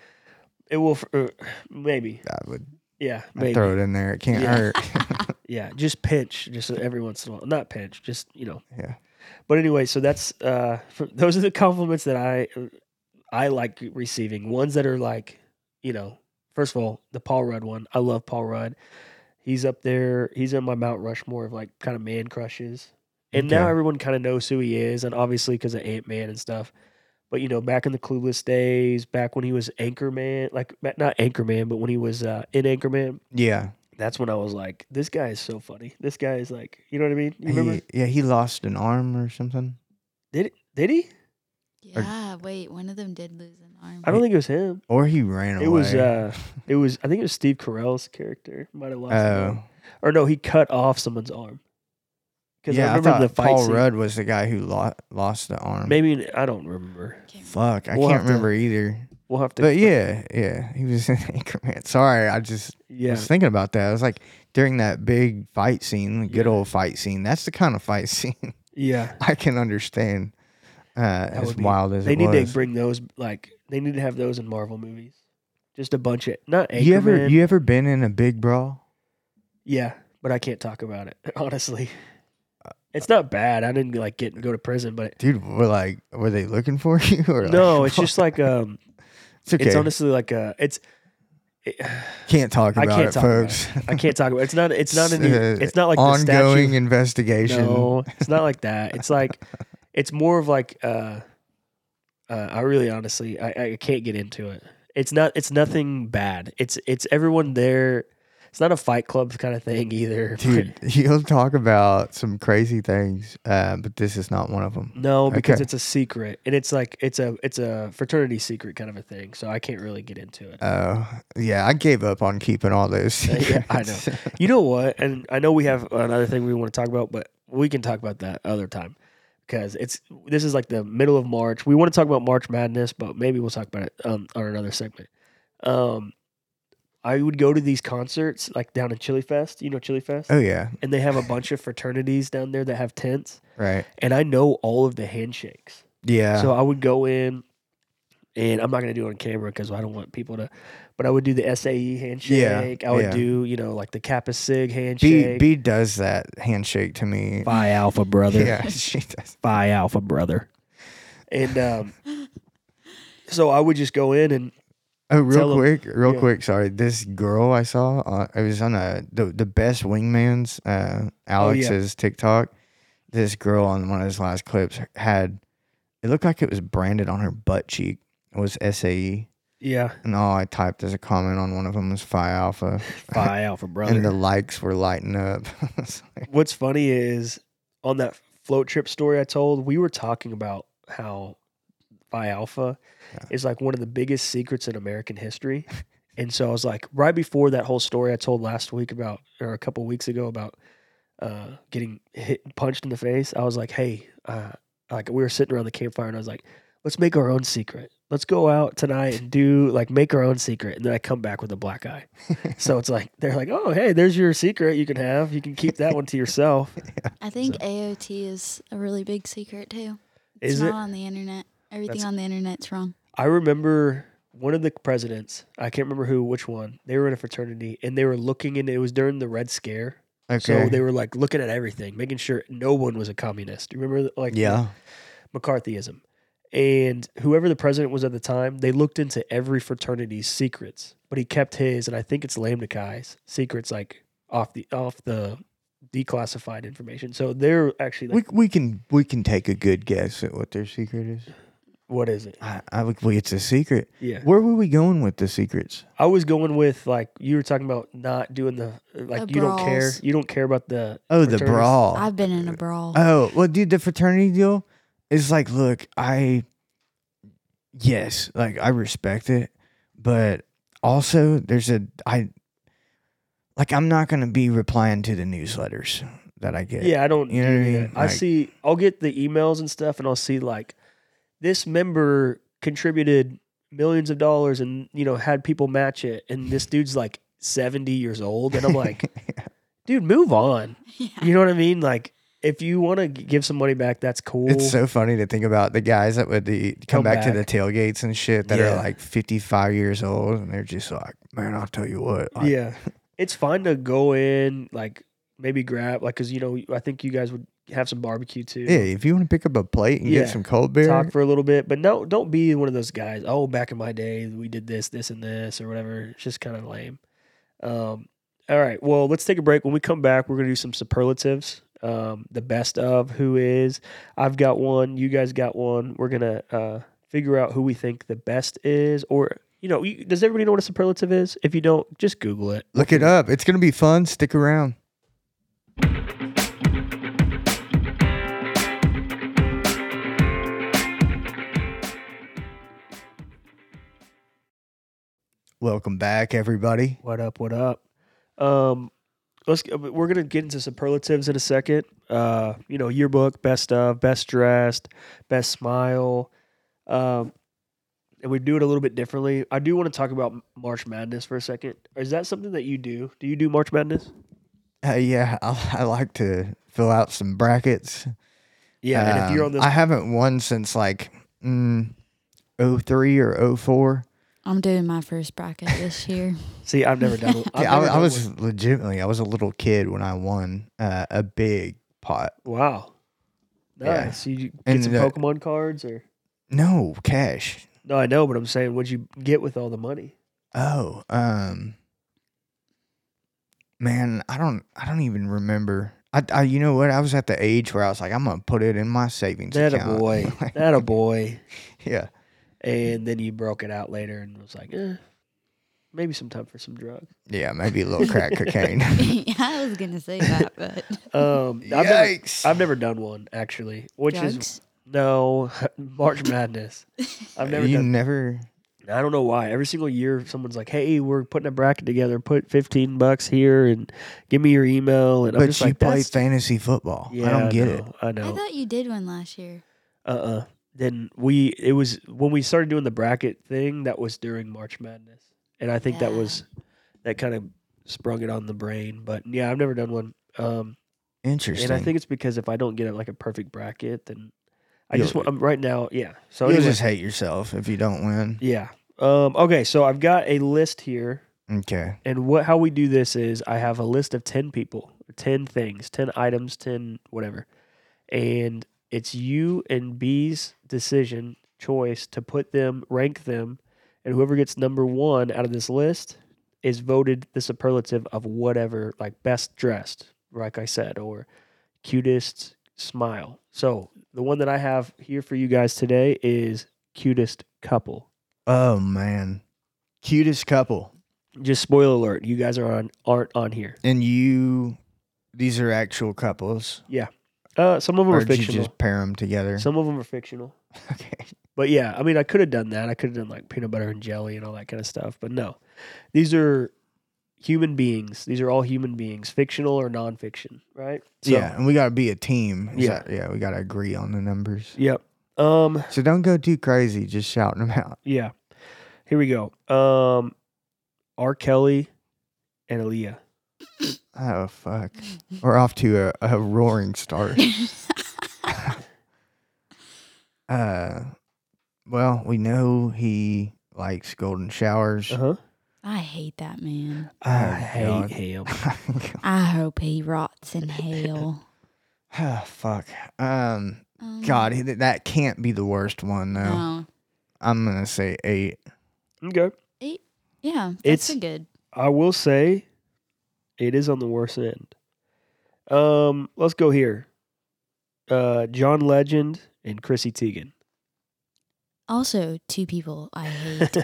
Speaker 2: It will, uh, maybe.
Speaker 1: I would
Speaker 2: Yeah.
Speaker 1: I'd
Speaker 2: Maybe.
Speaker 1: throw it in there. It can't
Speaker 2: Yeah.
Speaker 1: hurt.
Speaker 2: Yeah. Just pinch, just every once in a while. Not pinch, just, you know.
Speaker 1: Yeah.
Speaker 2: But anyway, so that's, uh, for, those are the compliments that I, I like receiving. Ones that are like, you know, first of all, the Paul Rudd one. I love Paul Rudd. He's up there. He's on my Mount Rushmore of like kind of man crushes. And now
Speaker 1: Okay.
Speaker 2: everyone kind of knows who he is, and obviously because of Ant Man and stuff. But you know, back in the Clueless days, back when he was Anchorman, like ba- not Anchorman, but when he was uh, in Anchorman,
Speaker 1: yeah.
Speaker 2: that's when I was like, this guy is so funny. This guy is like, you know what I mean? You remember?
Speaker 1: He, yeah, he lost an arm or something.
Speaker 2: Did did he?
Speaker 1: Or-
Speaker 3: Yeah, wait, one of them did lose an arm.
Speaker 2: I don't think it was him.
Speaker 1: Or he ran away.
Speaker 2: It was uh, it was I think it was Steve Carell's character might have lost. an arm.
Speaker 1: Oh.
Speaker 2: or no, he cut off someone's arm. Because
Speaker 1: Yeah,
Speaker 2: I
Speaker 1: I,
Speaker 2: remember
Speaker 1: thought
Speaker 2: the fight
Speaker 1: Paul
Speaker 2: scene.
Speaker 1: Rudd was the guy who lo- lost the arm.
Speaker 2: Maybe I don't remember.
Speaker 3: Can't remember.
Speaker 1: Fuck, I
Speaker 2: We'll
Speaker 1: can't
Speaker 2: have to-
Speaker 1: remember either.
Speaker 2: We'll have to.
Speaker 1: But yeah, yeah, he was in Anchorman. Sorry, I just
Speaker 2: yeah,
Speaker 1: was thinking about that. I was like, during that big fight scene, the good
Speaker 2: Yeah.
Speaker 1: old fight scene. That's the kind of fight scene
Speaker 2: yeah.
Speaker 1: I can understand. Uh, as
Speaker 2: would be-
Speaker 1: wild as
Speaker 2: They
Speaker 1: it
Speaker 2: need
Speaker 1: was.
Speaker 2: to bring those. Like they need to have those in Marvel movies. Just a bunch of not Anchorman.
Speaker 1: you ever you ever been in a big brawl?
Speaker 2: yeah, but I can't talk about it honestly.
Speaker 1: Uh,
Speaker 2: It's not bad. I didn't like get go to prison, but
Speaker 1: Dude, were like were they looking for you? Or like-
Speaker 2: no, it's just like um,
Speaker 1: it's okay.
Speaker 2: it's honestly like uh, it's. It,
Speaker 1: can't talk
Speaker 2: I
Speaker 1: about
Speaker 2: can't
Speaker 1: it,
Speaker 2: talk about
Speaker 1: folks.
Speaker 2: I can't talk about. It. It's not. It's not any.
Speaker 1: Uh,
Speaker 2: It's not like The statue.
Speaker 1: ongoing investigation.
Speaker 2: No, it's not like that. It's like uh, it's more of like uh, uh I really honestly I, I can't get into it. It's not it's nothing bad. It's it's everyone there. It's not a fight club kind of thing either.
Speaker 1: Dude, he'll talk about some crazy things, uh, but this is not one of them.
Speaker 2: No, because
Speaker 1: Okay.
Speaker 2: it's a secret and it's like it's a it's a fraternity secret kind of a thing. So I can't really get into it.
Speaker 1: Oh, yeah, I gave up on keeping all those.
Speaker 2: Uh, yeah, I know.
Speaker 1: secrets.
Speaker 2: You know what? And I know we have another thing we want to talk about, but we can talk about that other time because it's this is like the middle of March. We want to talk about March Madness, but maybe we'll talk about it um, on another segment. Um, I would go to these concerts like down in Chili Fest. You know Chili Fest,
Speaker 1: Oh yeah,
Speaker 2: and they have a bunch of fraternities down there that have tents,
Speaker 1: right.
Speaker 2: and I know all of the handshakes.
Speaker 1: Yeah,
Speaker 2: So I would go in. and I'm not gonna do it on camera because I don't want people to. But I would do the SAE handshake. I would
Speaker 1: yeah.
Speaker 2: do you know like the Kappa Sig handshake.
Speaker 1: B B does that handshake to me.
Speaker 2: Phi Alpha brother.
Speaker 1: Yeah, she does.
Speaker 2: Phi Alpha brother. And um, so I would just go in and
Speaker 1: Oh,
Speaker 2: Tell
Speaker 1: real
Speaker 2: 'em.
Speaker 1: quick, real
Speaker 2: Yeah.
Speaker 1: quick. Sorry, this girl I saw, uh, it was on a the, the best wingman's
Speaker 2: Oh,
Speaker 1: uh, Alex's TikTok. This girl on one of his last clips had it looked like it was branded on her butt cheek. It was SAE,
Speaker 2: yeah,
Speaker 1: and all I typed as a comment on one of them was Phi Alpha,
Speaker 2: Phi Alpha brother.
Speaker 1: and the likes were lighting up. It's like,
Speaker 2: What's funny is on that float trip story I told, we were talking about how Phi Alpha
Speaker 1: Yeah.
Speaker 2: is like one of the biggest secrets in American history. and so I was like, right before that whole story I told last week about, or a couple weeks ago about uh, getting hit, punched in the face, I was like, hey, uh, like we were sitting around the campfire and I was like, let's make our own secret. Let's go out tonight and do like make our own secret. And then I come back with a black eye. so it's like, they're like, oh, hey, there's your secret you can have. You can keep that one to yourself.
Speaker 3: I think AOT is a really big secret too. It's
Speaker 2: Is
Speaker 3: not
Speaker 2: it?
Speaker 3: on the internet. Everything
Speaker 2: That's-
Speaker 3: on the internet's wrong.
Speaker 2: I remember one of the presidents, I can't remember who, which one, they were in a fraternity and they were looking in, it was during the Red Scare.
Speaker 1: okay,
Speaker 2: So they were like looking at everything, making sure no one was a communist. You remember like
Speaker 1: yeah,
Speaker 2: McCarthyism. And whoever the president was at the time, they looked into every fraternity's secrets, but he kept his, and I think it's Lambda Chi's secrets, like off the off the declassified information. So they're actually
Speaker 1: we
Speaker 2: like,
Speaker 1: we can we can take a good guess at what their secret is.
Speaker 2: what is it?
Speaker 1: I, I would- well, it's a secret.
Speaker 2: Yeah,
Speaker 1: Where were we going with the secrets?
Speaker 2: I was going with like you were talking about not doing the like
Speaker 3: The
Speaker 2: you don't care,
Speaker 3: brawls.
Speaker 2: you don't care about the
Speaker 1: Oh, the
Speaker 2: fraternities.
Speaker 1: brawl.
Speaker 3: I've been in a brawl.
Speaker 2: Uh,
Speaker 1: Oh, well, dude, the fraternity deal is like, look, I, yes, like I respect it, but also there's a, I, like, I'm not going to be replying to the newsletters that I get.
Speaker 2: Yeah, I don't.
Speaker 1: You know what I
Speaker 2: do that.
Speaker 1: mean?
Speaker 2: I
Speaker 1: Like-
Speaker 2: see. I'll get the emails and stuff, and I'll see like this member contributed millions of dollars, and you know had people match it, and this dude's like seventy years old, and I'm like, dude, move on.
Speaker 3: yeah.
Speaker 2: You know what I mean? Like, if you want to give some money back, that's cool.
Speaker 1: it's so funny to think about the guys that would the, come
Speaker 2: Come
Speaker 1: back, to the
Speaker 2: back.
Speaker 1: tailgates and shit that
Speaker 2: Yeah.
Speaker 1: are like 55 years old and they're just like, man, I'll tell you what. like,
Speaker 2: yeah, it's fine to go in like maybe grab like because you know I think you guys would have some barbecue too.
Speaker 1: Yeah, if you want to pick up a plate and
Speaker 2: Yeah.
Speaker 1: get some cold beer,
Speaker 2: talk for a little bit, but no, don't be one of those guys. Oh, back in my day, we did this, this, and this, or whatever. It's just kind of lame. Um, all right, well, let's take a break. When we come back, we're gonna do some superlatives. Um, the best of who is. I've got one. You guys got one. We're gonna uh, figure out who we think the best is, or you know, you, does everybody know what a superlative is? If you don't, just Google it.
Speaker 1: look it up. It's going to be fun. Stick around. Welcome back, everybody.
Speaker 2: What up? What up? Um, let's. We're gonna get into superlatives in a second. Uh, you know, yearbook, best of, best dressed, best smile. Um, and we do it a little bit differently. I do want to talk about March Madness for a second. Is that something that you do? Do you do March Madness?
Speaker 1: Uh, yeah, I, I like to fill out some brackets.
Speaker 2: and if you're
Speaker 1: Um,
Speaker 2: on this,
Speaker 1: I haven't won since like mm, 03 or 04.
Speaker 3: I'm doing my first bracket this year.
Speaker 2: see, I've never done. I've
Speaker 1: Yeah,
Speaker 2: never
Speaker 1: I, I
Speaker 2: done
Speaker 1: was legitimately, I was a little kid when I won uh, a big pot.
Speaker 2: one. Wow.
Speaker 1: Yeah.
Speaker 2: Nice. You get
Speaker 1: And
Speaker 2: some
Speaker 1: the-
Speaker 2: Pokemon cards, or
Speaker 1: No cash.
Speaker 2: no? I know, but I'm saying, what'd you get with all the money?
Speaker 1: Oh, um, man, I don't, I don't even remember. I, I, you know what? I was at the age where I was like, I'm gonna put it in my savings
Speaker 2: That a
Speaker 1: account.
Speaker 2: boy.
Speaker 1: Like,
Speaker 2: That a boy.
Speaker 1: yeah,
Speaker 2: and then you broke it out later and was like, eh, maybe some time for some drugs.
Speaker 1: yeah, maybe a little crack cocaine.
Speaker 3: yeah, I was gonna say that, but
Speaker 2: Um, I've, never,
Speaker 1: Yikes!
Speaker 2: I've never done one actually, which is
Speaker 3: drugs.
Speaker 2: no March Madness. I've never
Speaker 1: you
Speaker 2: done.
Speaker 1: never.
Speaker 2: I don't know why. Every single year, someone's like, "Hey, we're putting a bracket together. Put fifteen bucks here and give me your email." And I'm
Speaker 1: But
Speaker 2: just
Speaker 1: you
Speaker 2: like,
Speaker 1: play
Speaker 2: "That's-
Speaker 1: fantasy football. I don't get it.
Speaker 2: know, I
Speaker 3: I
Speaker 2: know.
Speaker 3: thought you did one last year.
Speaker 2: uh-uh. Then we it was when we started doing the bracket thing that was during March Madness, and I think that
Speaker 3: Yeah.
Speaker 2: was that kind of sprung it on the brain. But yeah, I've never done one, um,
Speaker 1: Interesting.
Speaker 2: and I think it's because if I don't get like a perfect bracket, then I just
Speaker 4: You'll-
Speaker 2: want, I'm right now. Yeah. So
Speaker 1: You'll
Speaker 2: anyway,
Speaker 1: just hate yourself if you don't win.
Speaker 2: yeah. Um, okay. So I've got a list here,
Speaker 1: Okay.
Speaker 2: and what how we do this is I have a list of ten people, ten things, ten items, ten whatever, and it's you and B's decision choice to put them, rank them, and whoever gets number one out of this list is voted the superlative of whatever, like best dressed, like I said, or cutest smile. So the one that I have here for you guys today is cutest couple.
Speaker 1: Oh man, cutest couple,
Speaker 2: Just spoiler alert, you guys are on aren't on here.
Speaker 1: and you. These are actual couples,
Speaker 2: Uh, some of them
Speaker 1: or
Speaker 2: are
Speaker 1: did you
Speaker 2: fictional.
Speaker 1: just pair them together?
Speaker 2: Some of them are fictional.
Speaker 1: okay.
Speaker 2: But yeah, I mean, I could have done that. I could have done like peanut butter and jelly and all that kind of stuff. But no, these are human beings. These are all human beings, fictional or nonfiction, right? So,
Speaker 1: yeah, and we gotta be a team. Is
Speaker 2: Yeah.
Speaker 1: that- yeah, we gotta agree on the numbers.
Speaker 2: Yep. Um.
Speaker 1: So don't go too crazy, just shouting them out.
Speaker 2: Yeah. Here we go. Um R. Kelly and Aaliyah.
Speaker 1: Oh fuck, we're off to a, a roaring start. Uh, well, we know he likes golden showers.
Speaker 2: Uh-huh.
Speaker 3: I hate that man.
Speaker 2: I
Speaker 1: Oh,
Speaker 2: hate
Speaker 1: God.
Speaker 2: him.
Speaker 3: I hope he rots in hell.
Speaker 1: oh fuck. Um,
Speaker 3: Um,
Speaker 1: God, he- that can't be the worst one though.
Speaker 3: No.
Speaker 1: I'm gonna say eight.
Speaker 2: Okay.
Speaker 3: Yeah,
Speaker 2: It's-
Speaker 3: that's a good.
Speaker 2: I will say it is on the worst end. Um, let's go here. Uh John Legend and Chrissy Teigen.
Speaker 3: Also, two people I hate.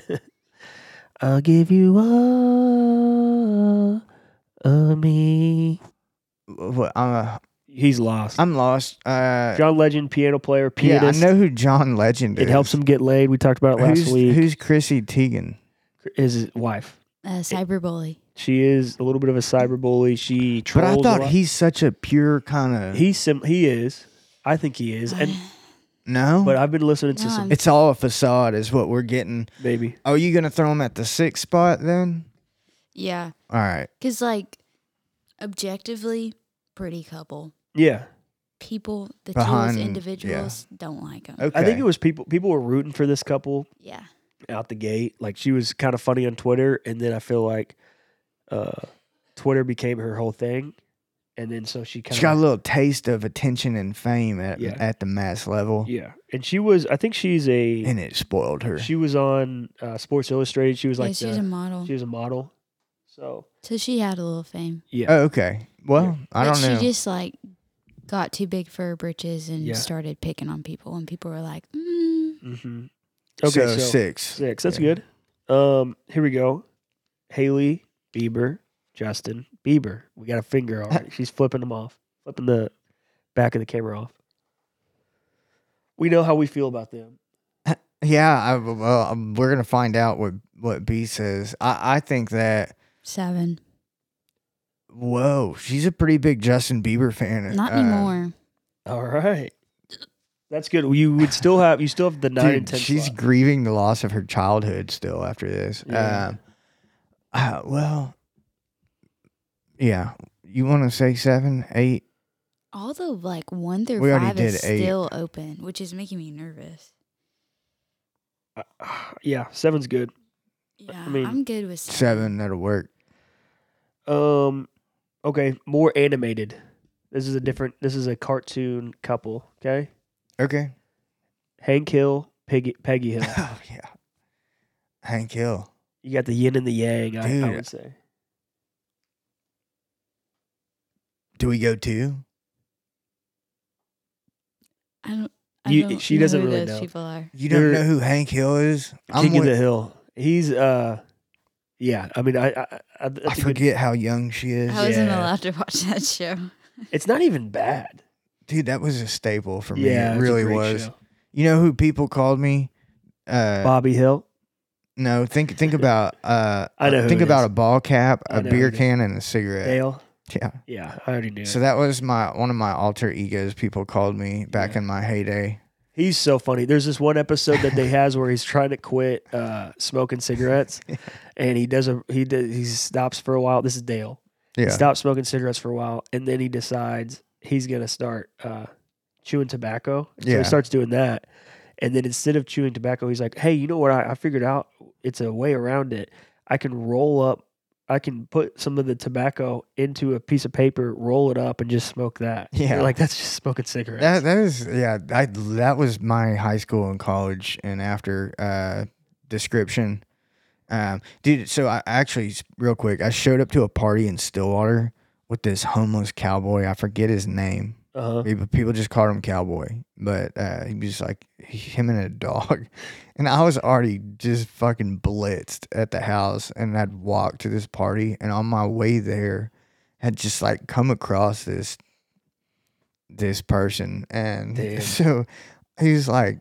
Speaker 2: I'll give you all of me.
Speaker 1: What, I'm, uh,
Speaker 2: He's lost.
Speaker 1: I'm lost. Uh,
Speaker 2: John Legend, piano player,
Speaker 1: yeah, I
Speaker 2: pianist.
Speaker 1: know who John Legend is.
Speaker 2: it helps him get laid. We talked about it last
Speaker 1: who's,
Speaker 2: week.
Speaker 1: Who's Chrissy Teigen?
Speaker 2: His wife.
Speaker 3: Uh, cyberbully.
Speaker 2: She is a little bit of a cyber bully. She
Speaker 1: But I
Speaker 2: trolls.
Speaker 1: thought
Speaker 2: a lot.
Speaker 1: he's such a pure kind of.
Speaker 2: he's sim- he is. I think he is. And
Speaker 1: no,
Speaker 2: but I've been listening to
Speaker 3: No,
Speaker 2: some
Speaker 3: I'm-
Speaker 1: it's all a facade, is what we're getting.
Speaker 2: baby.
Speaker 1: Are you gonna throw him at the sixth spot then?
Speaker 3: Yeah,
Speaker 1: All right.
Speaker 3: because like objectively, pretty couple
Speaker 2: Yeah,
Speaker 3: people, the
Speaker 1: Behind-
Speaker 3: two
Speaker 1: yeah.
Speaker 3: as individuals don't like them.
Speaker 1: Okay.
Speaker 2: I think it was people. People were rooting for this couple
Speaker 3: Yeah,
Speaker 2: out the gate. Like she was kind of funny on Twitter, and then I feel like uh, Twitter became her whole thing, and then so she
Speaker 1: She
Speaker 2: kind
Speaker 1: got a
Speaker 2: of
Speaker 1: little taste of attention and fame at
Speaker 2: Yeah.
Speaker 1: at the mass level,
Speaker 2: yeah. And she was. I think she's a.
Speaker 1: and it spoiled her.
Speaker 2: She was on uh, Sports Illustrated. She was
Speaker 3: yeah
Speaker 2: like
Speaker 3: she's
Speaker 2: the-
Speaker 3: a model,
Speaker 2: she was a model. So
Speaker 3: so she had a little fame.
Speaker 2: yeah,
Speaker 1: oh, okay. Well, I
Speaker 3: but
Speaker 1: don't know.
Speaker 3: She just like got too big for her britches and
Speaker 2: Yeah.
Speaker 3: started picking on people, and people were like, mm,
Speaker 2: hmm okay,
Speaker 1: Oh. so,
Speaker 2: so
Speaker 1: six.
Speaker 2: Six. That's
Speaker 1: Yeah.
Speaker 2: good. Um, here we go. Haley Bieber, Justin Bieber. We got a finger on it. She's flipping them off, flipping the back of the camera off. We know how we feel about them.
Speaker 1: Yeah, I, well, um, we're gonna find out what what B says. I, I think that
Speaker 3: seven,
Speaker 1: whoa, she's a pretty big Justin Bieber fan.
Speaker 3: not
Speaker 1: uh,
Speaker 3: anymore.
Speaker 2: All right, that's good. You would still have you still have the nine and
Speaker 1: Dude,
Speaker 2: ten.
Speaker 1: she's
Speaker 2: slot.
Speaker 1: grieving the loss of her childhood still after this.
Speaker 2: Yeah.
Speaker 1: Um, uh, well, yeah. You want to say seven, eight?
Speaker 3: All the like one through
Speaker 1: We already
Speaker 3: five is
Speaker 1: did eight.
Speaker 3: still open, which is making me nervous.
Speaker 2: Uh, yeah, seven's good.
Speaker 3: Yeah,
Speaker 2: mean,
Speaker 3: I'm good with
Speaker 1: Seven? That'll work.
Speaker 2: Um, okay, more animated. This is a different. This is a cartoon couple. Okay,
Speaker 1: Okay.
Speaker 2: Hank Hill, Peggy, Peggy Hill.
Speaker 1: Oh yeah. Hank Hill.
Speaker 2: You got the yin and the yang. I, I
Speaker 1: Dude.
Speaker 2: would say.
Speaker 1: Do we go two?
Speaker 3: I don't. I
Speaker 2: You-
Speaker 3: don't
Speaker 2: she doesn't
Speaker 3: who
Speaker 2: really
Speaker 3: those
Speaker 2: know.
Speaker 3: People are.
Speaker 1: You don't
Speaker 2: You're-
Speaker 1: know who Hank Hill is?
Speaker 2: King of
Speaker 1: with-
Speaker 2: the Hill. He's uh, yeah. I mean, I I, I, I
Speaker 1: I forget how young she is.
Speaker 3: I wasn't
Speaker 2: Yeah.
Speaker 3: allowed to watch that show.
Speaker 2: it's not even bad.
Speaker 1: Dude, that was a staple for me. it
Speaker 2: yeah, it's a
Speaker 1: really
Speaker 2: great
Speaker 1: was.
Speaker 2: show.
Speaker 1: You know who people called me? Uh,
Speaker 2: Bobby Hill.
Speaker 1: no, think think about uh,
Speaker 2: I know who
Speaker 1: think
Speaker 2: it
Speaker 1: about
Speaker 2: is.
Speaker 1: a ball cap,
Speaker 2: I
Speaker 1: a
Speaker 2: know
Speaker 1: beer
Speaker 2: who it is.
Speaker 1: can, and a cigarette.
Speaker 2: Dale.
Speaker 1: Yeah.
Speaker 2: Yeah, I already knew.
Speaker 1: So
Speaker 2: it.
Speaker 1: that was my one of my alter egos. People called me back
Speaker 2: Yeah.
Speaker 1: in my heyday.
Speaker 2: He's so funny. There's this one episode that they has where he's trying to quit uh, smoking cigarettes, and he does a he does, he stops for a while. This is Dale.
Speaker 1: Yeah.
Speaker 2: He stops smoking cigarettes for a while, and then he decides he's gonna start uh, chewing tobacco. So
Speaker 1: Yeah.
Speaker 2: he starts doing that. And then instead of chewing tobacco, he's like, hey, you know what? I, I figured out it's a way around it. I can roll up, I can put some of the tobacco into a piece of paper, roll it up, and just smoke that. You're
Speaker 1: Yeah.
Speaker 2: like, that's just smoking cigarettes.
Speaker 1: That that is yeah. I that was my high school and college and after uh, description, um, dude. So I actually s- real quick, I showed up to a party in Stillwater with this homeless cowboy. I forget his name.
Speaker 2: uh-huh.
Speaker 1: People people just called him cowboy, but uh, he was like him and a dog, and I was already just fucking blitzed at the house, and I'd walked to this party, and on my way there, had just like come across this this person, and
Speaker 2: Damn.
Speaker 1: so he's like,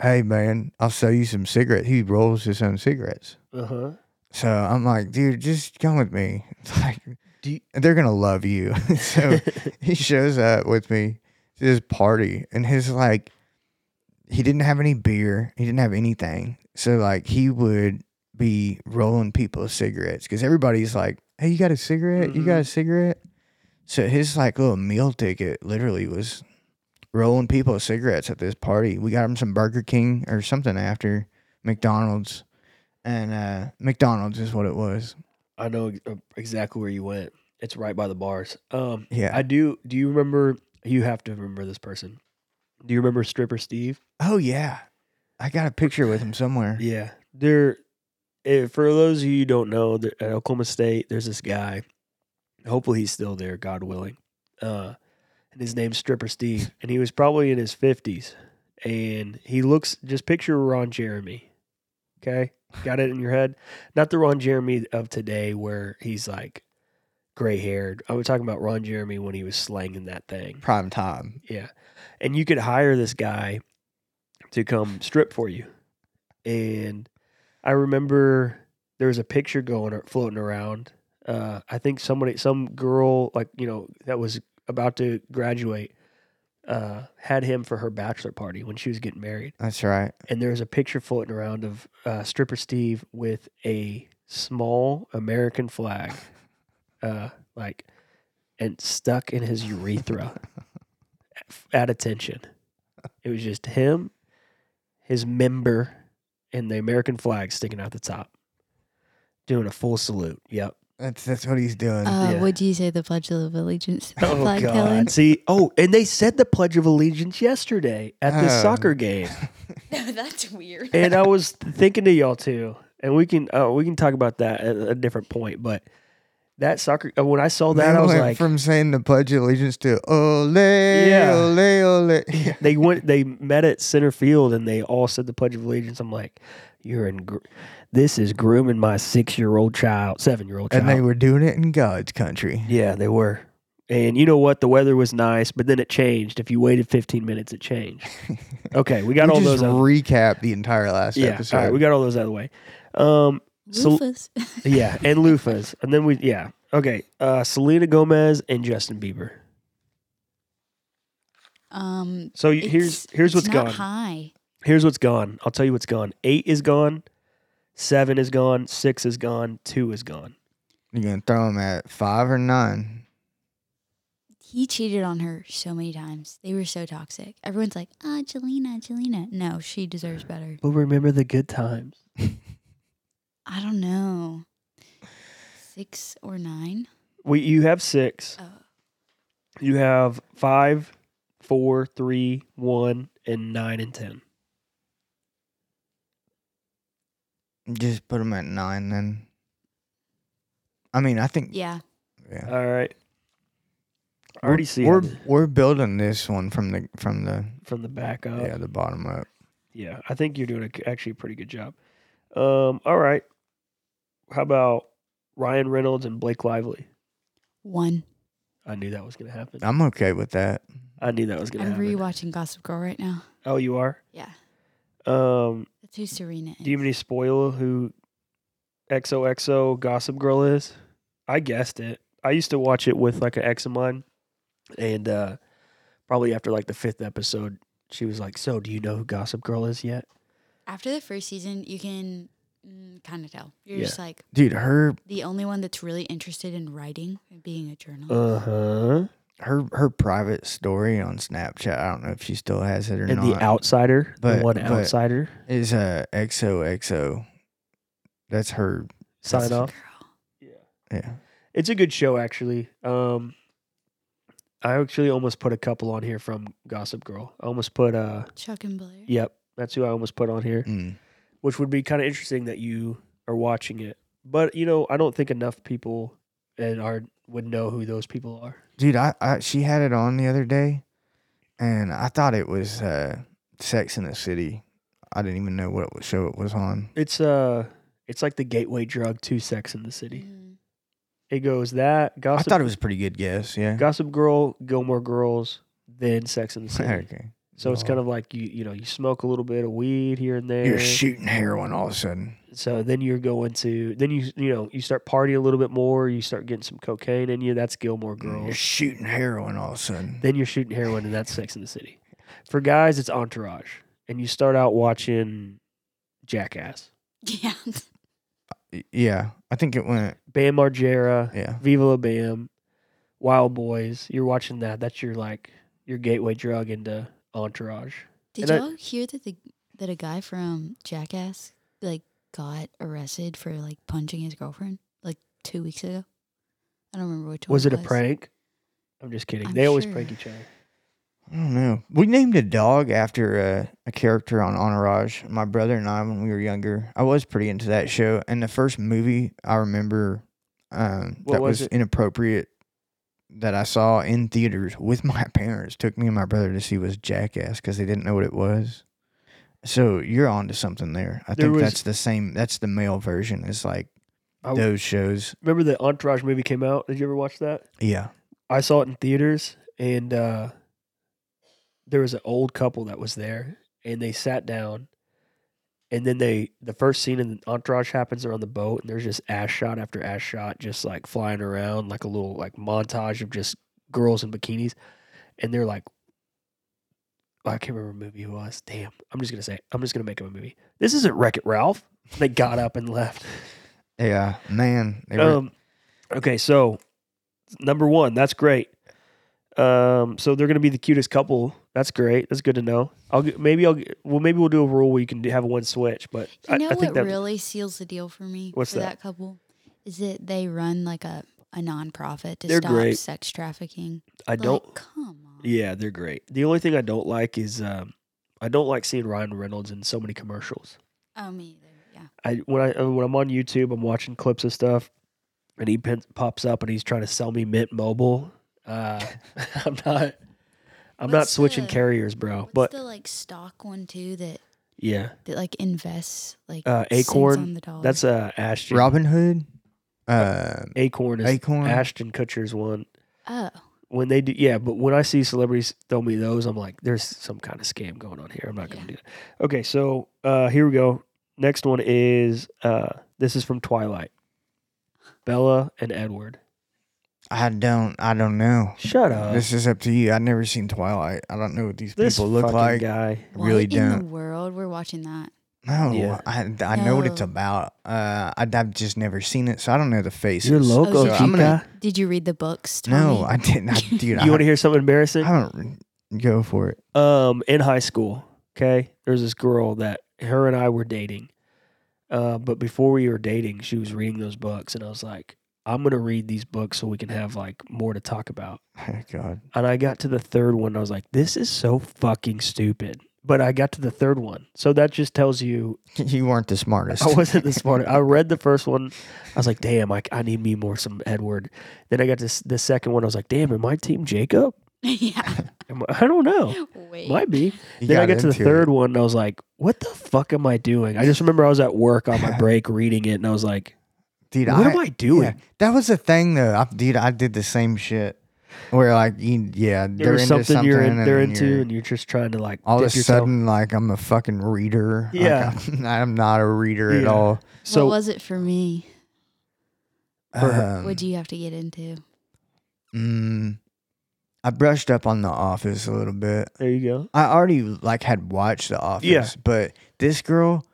Speaker 1: "Hey man, I'll sell you some cigarettes." He rolls his own cigarettes,
Speaker 2: Uh-huh.
Speaker 1: so I'm like, "Dude, just come with me." It's like
Speaker 2: Do you-
Speaker 1: they're gonna love you, so he shows up with me to this party and his like he didn't have any beer he didn't have anything so like he would be rolling people cigarettes because everybody's like hey you got a cigarette you
Speaker 2: Mm-hmm.
Speaker 1: got a cigarette so his like little meal ticket literally was rolling people cigarettes at this party we got him some burger king or something after mcdonald's and uh mcdonald's is what it was
Speaker 2: I know ex- uh, exactly where you went. It's right by the bars. Um,
Speaker 1: yeah
Speaker 2: I do. Do you remember? You have to remember this person. Do you remember stripper Steve?
Speaker 1: oh yeah i got a picture with him somewhere
Speaker 2: Yeah, there. eh, For those of you who don't know, th- at Oklahoma State, there's this guy. Hopefully, he's still there, God willing. Uh, and his name's Stripper Steve, and he was probably in his fifties, and he looks just picture Ron Jeremy. Okay, got it in your head. Not the Ron Jeremy of today, where he's like gray haired. I was talking about Ron Jeremy when he was slanging that thing.
Speaker 1: prime time
Speaker 2: Yeah. And you could hire this guy to come strip for you. And I remember there was a picture going or floating around. Uh, I think somebody, some girl, like, you know, that was about to graduate, uh, had him for her bachelor party when she was getting married.
Speaker 1: That's right.
Speaker 2: And there was a picture floating around of uh, stripper Steve with a small American flag, uh, like, and stuck in his urethra at attention. It was just him, his member, and the American flag sticking out the top, doing a full salute. Yep.
Speaker 1: That's that's what he's doing.
Speaker 3: Uh,
Speaker 2: Yeah.
Speaker 3: Would you say the Pledge of Allegiance?
Speaker 2: Oh
Speaker 3: flag,
Speaker 2: God!
Speaker 3: Helen?
Speaker 2: See, oh, and they said the Pledge of Allegiance yesterday at the
Speaker 1: Oh.
Speaker 2: soccer game,
Speaker 3: No, that's weird.
Speaker 2: and I was thinking to y'all too, and we can uh, we can talk about that at a different point. But that soccer, uh, when I saw that,
Speaker 1: They
Speaker 2: I was
Speaker 1: went
Speaker 2: like,
Speaker 1: from saying the Pledge of Allegiance to ole, ole, ole. Yeah.
Speaker 2: they went they met at center field and they all said the pledge of allegiance i'm like you're in gr- this is grooming my six year old child seven year old child
Speaker 1: And they were doing it in God's country.
Speaker 2: yeah they were and you know what the weather was nice but then it changed if you waited 15 minutes it changed okay we got
Speaker 1: we
Speaker 2: all
Speaker 1: just
Speaker 2: those out-
Speaker 1: recap the entire last
Speaker 2: yeah
Speaker 1: episode.
Speaker 2: all right we got all those out of the way um so-
Speaker 3: Rufus.
Speaker 2: yeah and loofahs and then we yeah okay uh selena gomez and justin bieber
Speaker 3: um,
Speaker 2: so y- here's
Speaker 3: it's-
Speaker 2: here's
Speaker 3: it's
Speaker 2: what's
Speaker 3: not
Speaker 2: gone
Speaker 3: High.
Speaker 2: Here's what's gone. I'll tell you what's gone. Eight is gone. Seven is gone. Six is gone. Two is gone.
Speaker 1: You're gonna throw him at five or nine.
Speaker 3: He cheated on her so many times. They were so toxic. Everyone's like, ah, Jelena, Jelena. No, she deserves better.
Speaker 2: But remember the good times.
Speaker 3: I don't know. Six or nine?
Speaker 2: We you have six.
Speaker 3: Oh.
Speaker 2: You have five, four, three, one, and nine and ten.
Speaker 1: Just put him at nine then. I mean, I think
Speaker 3: Yeah.
Speaker 1: yeah.
Speaker 2: All right. I already see
Speaker 1: we're
Speaker 2: it
Speaker 1: we're building this one from the from the
Speaker 2: from the back up.
Speaker 1: yeah the bottom up.
Speaker 2: Yeah, I think you're doing a, actually a pretty good job. Um, all right. How about Ryan Reynolds and Blake Lively?
Speaker 3: One.
Speaker 2: I knew that was going to happen.
Speaker 1: I'm okay with that.
Speaker 2: I knew that was going to
Speaker 3: I'm
Speaker 2: happen.
Speaker 3: rewatching Gossip Girl right now.
Speaker 2: oh, you are.
Speaker 3: Yeah.
Speaker 2: Um,
Speaker 3: That's who Serena is.
Speaker 2: do you have any spoil who XOXO Gossip Girl is? I guessed it. I used to watch it with like an ex of mine, and uh, probably after like the fifth episode, she was like, "So, do you know who Gossip Girl is yet?"
Speaker 3: After the first season, you can mm, kind of tell. You're
Speaker 2: Yeah.
Speaker 3: just like
Speaker 1: Dude, her
Speaker 3: the only one that's really interested in writing and being a journalist.
Speaker 2: Uh huh.
Speaker 1: her her private story on Snapchat. I don't know if she still has it or
Speaker 2: and
Speaker 1: not.
Speaker 2: the outsider,
Speaker 1: But-
Speaker 2: the one
Speaker 1: but-
Speaker 2: outsider,
Speaker 1: is uh XOXO. That's her.
Speaker 2: sign
Speaker 1: That's-
Speaker 2: off.
Speaker 3: Girl.
Speaker 2: Yeah.
Speaker 1: Yeah.
Speaker 2: It's a good show, actually. Um, I actually almost put a couple on here from Gossip Girl. I almost put, uh,
Speaker 3: Chuck and Blair.
Speaker 2: yep, that's who I almost put on here,
Speaker 1: Mm.
Speaker 2: which would be kind of interesting that you are watching it. But you know, I don't think enough people and are would know who those people are.
Speaker 1: Dude, I, I she had it on the other day, and I thought it was uh, Sex in the City. I didn't even know what show it was on.
Speaker 2: It's uh, it's like the gateway drug to Sex in the City.
Speaker 3: Mhm.
Speaker 2: It goes that Gossip.
Speaker 1: I thought it was a pretty good guess. Yeah.
Speaker 2: Gossip Girl, Gilmore Girls, then Sex in the City.
Speaker 1: okay.
Speaker 2: So it's
Speaker 1: Oh.
Speaker 2: kind of like you you know you smoke a little bit of weed here and there.
Speaker 1: You're shooting heroin all of a sudden.
Speaker 2: so then you're going to then you you know you start partying a little bit more. You start getting some cocaine in you. That's Gilmore
Speaker 1: Mm, You're
Speaker 2: Girls.
Speaker 1: shooting heroin all of a sudden.
Speaker 2: Then you're shooting heroin, and that's Sex in the City. For guys, it's Entourage, and you start out watching Jackass,
Speaker 3: Yeah.
Speaker 1: Y- yeah. I think it went.
Speaker 2: Bam Margera,
Speaker 1: Yeah.
Speaker 2: Viva La Bam, Wild Boys. You're watching that. That's your like your gateway drug into Entourage.
Speaker 3: Did
Speaker 2: And I-
Speaker 3: y'all hear that the that a guy from Jackass like got arrested for like punching his girlfriend like two weeks ago? I don't remember which one.
Speaker 2: Was it a
Speaker 3: was.
Speaker 2: prank? I'm just kidding.
Speaker 3: I'm
Speaker 2: they always
Speaker 3: sure.
Speaker 2: prank each other.
Speaker 1: I don't know. We named a dog after a, a character on Entourage. My brother and I, when we were younger, I was pretty into that show. And the first movie I remember um,
Speaker 2: What
Speaker 1: that
Speaker 2: was
Speaker 1: was,
Speaker 2: it?
Speaker 1: inappropriate that I saw in theaters with my parents took me and my brother to see was Jackass because they didn't know what it was. So you're onto something there. I
Speaker 2: There
Speaker 1: think
Speaker 2: was- Oh.
Speaker 1: that's the same. That's the male version. It's like
Speaker 2: I-
Speaker 1: those shows.
Speaker 2: Remember the Entourage movie came out? Did you ever watch that?
Speaker 1: Yeah.
Speaker 2: I saw it in theaters, and uh, there was an old couple that was there, and they sat down, and then they the first scene in Entourage happens. They're on the boat, and there's just ass shot after ass shot, just like flying around, like a little like montage of just girls in bikinis, and they're like. I can't remember what movie it was. Damn. I'm just going to say, I'm just going to make up a movie. This isn't Wreck It Ralph. They got up and left.
Speaker 1: Yeah. Man. They were,
Speaker 2: Um, okay, so number one, that's great. Um, so they're gonna be the cutest couple. That's great. That's good to know. I'll g- maybe I'll g- well maybe we'll do a rule where you can do- have one switch, but
Speaker 3: You
Speaker 2: I,
Speaker 3: know
Speaker 2: I think
Speaker 3: what
Speaker 2: that
Speaker 3: really seals the deal for me
Speaker 2: What's
Speaker 3: for
Speaker 2: that?
Speaker 3: that? couple is that they run like a a nonprofit to
Speaker 2: They're
Speaker 3: stop
Speaker 2: great.
Speaker 3: sex trafficking.
Speaker 2: I
Speaker 3: Like,
Speaker 2: don't.
Speaker 3: Come on.
Speaker 2: Yeah, they're great. The only thing I don't like is um, I don't like seeing Ryan Reynolds in so many commercials.
Speaker 3: Oh me either. Yeah.
Speaker 2: I when I when I'm on YouTube, I'm watching clips of stuff, and he pin, pops up and he's trying to sell me Mint Mobile. Uh, I'm not. I'm not
Speaker 3: What's
Speaker 2: switching
Speaker 3: the-
Speaker 2: carriers, bro.
Speaker 3: What's
Speaker 2: But
Speaker 3: the like stock one too that
Speaker 2: yeah,
Speaker 3: that like invests like
Speaker 2: Uh,
Speaker 3: cents
Speaker 2: Acorn,
Speaker 3: on the dollar?
Speaker 2: that's uh, Ashton.
Speaker 1: Robin Hood. Uh,
Speaker 2: Acorn is
Speaker 1: Acorn.
Speaker 2: Ashton Kutcher's one.
Speaker 3: oh
Speaker 2: When they do, yeah, but when I see celebrities throw me those, I'm like, there's some kind of scam going on here. I'm not going to
Speaker 3: Yeah.
Speaker 2: do that. Okay, so uh, here we go. Next one is uh, this is from Twilight Bella and Edward.
Speaker 1: I don't. I don't know.
Speaker 2: Shut up. This,
Speaker 1: this is up to you. I've never seen Twilight. I don't know what these people look
Speaker 2: fucking
Speaker 1: like. I
Speaker 2: guy.
Speaker 1: really
Speaker 3: what in
Speaker 1: don't.
Speaker 3: the world we're watching that.
Speaker 1: No,
Speaker 2: Yeah.
Speaker 1: I, I know what it's
Speaker 3: No.
Speaker 1: about. Uh, I, I've just never seen it, so I don't know the faces.
Speaker 2: You're loco,
Speaker 3: Oh,
Speaker 1: so I'm gonna-
Speaker 2: chica.
Speaker 3: Did you read the books?
Speaker 1: No,
Speaker 3: Tommy?
Speaker 1: I didn't. I, dude, I,
Speaker 2: You want to hear something embarrassing?
Speaker 1: I don't go for it.
Speaker 2: um in high school okay there's this girl that her and i were dating uh, but before we were dating she was reading those books and i was like i'm gonna read these books so we can have like more to talk about
Speaker 1: Oh, God,
Speaker 2: and i got to the third one and i was like this is so fucking stupid but i got to the third one so that just tells you
Speaker 1: you weren't the smartest.
Speaker 2: I wasn't the smartest. I read the first one. I was like, damn, I, I need me more some Edward. Then I got to s- the second one. I was like, damn, am I team Jacob?
Speaker 3: yeah.
Speaker 2: Am I, I don't know.
Speaker 3: Wait.
Speaker 2: Might be.
Speaker 1: You
Speaker 2: then I
Speaker 1: got
Speaker 2: got to the
Speaker 1: into it.
Speaker 2: third one and I was like, what the fuck am I doing? I just remember I was at work on my break reading it and I was like,
Speaker 1: dude.
Speaker 2: what
Speaker 1: I,
Speaker 2: am I doing?
Speaker 1: yeah, that was the thing though. I, dude, I did the same shit. Where like, you, yeah, they're
Speaker 2: There's
Speaker 1: into
Speaker 2: something,
Speaker 1: something
Speaker 2: you're in,
Speaker 1: and
Speaker 2: they're
Speaker 1: then
Speaker 2: into
Speaker 1: you're-
Speaker 2: and you're just trying to like
Speaker 1: all of a
Speaker 2: dip yourself.
Speaker 1: sudden, like I'm a fucking reader. Like,
Speaker 2: Yeah.
Speaker 1: I'm, I'm not a reader at
Speaker 2: Yeah.
Speaker 1: all.
Speaker 2: So
Speaker 3: what was it for me?
Speaker 2: For her-
Speaker 1: Um,
Speaker 3: Would you have to get into?
Speaker 1: Mm, I brushed up on The Office a little bit.
Speaker 2: there you go.
Speaker 1: I already like had watched The Office,
Speaker 2: Yeah.
Speaker 1: but this girl,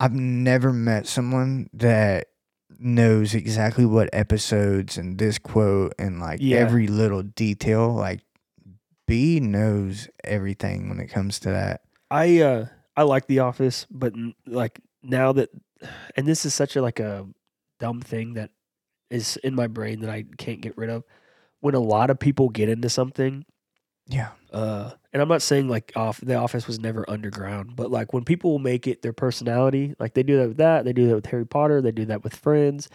Speaker 1: I've never met someone that knows exactly what episodes and this quote and like
Speaker 2: Yeah.
Speaker 1: every little detail. Like B knows everything when it comes to that.
Speaker 2: I uh I like The Office, but n- like now that and this is such a like a dumb thing that is in my brain that I can't get rid of. When a lot of people get into something,
Speaker 1: Yeah.
Speaker 2: uh and I'm not saying like off The Office was never underground, but like when people make it their personality, like they do that with that, they do that with Harry Potter, they do that with Friends.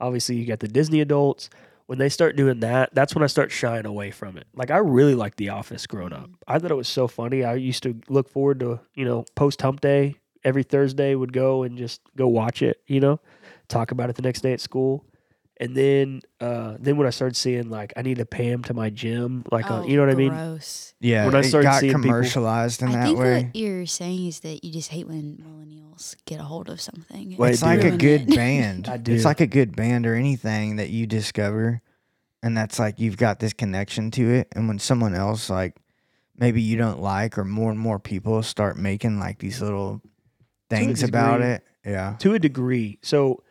Speaker 2: Obviously, you got the Disney adults. When they start doing that, that's when I start shying away from it. Like I really liked The Office growing up. I thought it was so funny. I used to look forward to you know post Hump Day every Thursday would go and just go watch it. You know, talk about it the next day at school. And then, uh, then when I started seeing like I need a Pam to my gym, like uh,
Speaker 3: Oh,
Speaker 2: you know what I mean?
Speaker 3: Gross.
Speaker 1: Yeah.
Speaker 2: When I
Speaker 1: it
Speaker 2: started
Speaker 1: got
Speaker 2: seeing people-
Speaker 1: commercialized in
Speaker 3: I
Speaker 1: that
Speaker 3: think
Speaker 1: way.
Speaker 3: what you're saying is that you just hate when millennials get a hold of something. and
Speaker 2: Well,
Speaker 1: it's
Speaker 2: I
Speaker 1: like
Speaker 2: do.
Speaker 1: a
Speaker 3: ruin
Speaker 1: good
Speaker 3: it.
Speaker 1: band.
Speaker 2: I
Speaker 1: It's
Speaker 2: do.
Speaker 1: like a good band or anything that you discover, and that's like you've got this connection to it. And when someone else, like maybe you don't like, or more and more people start making like these little
Speaker 2: a
Speaker 1: things about
Speaker 2: degree.
Speaker 1: it, yeah,
Speaker 2: to a degree. So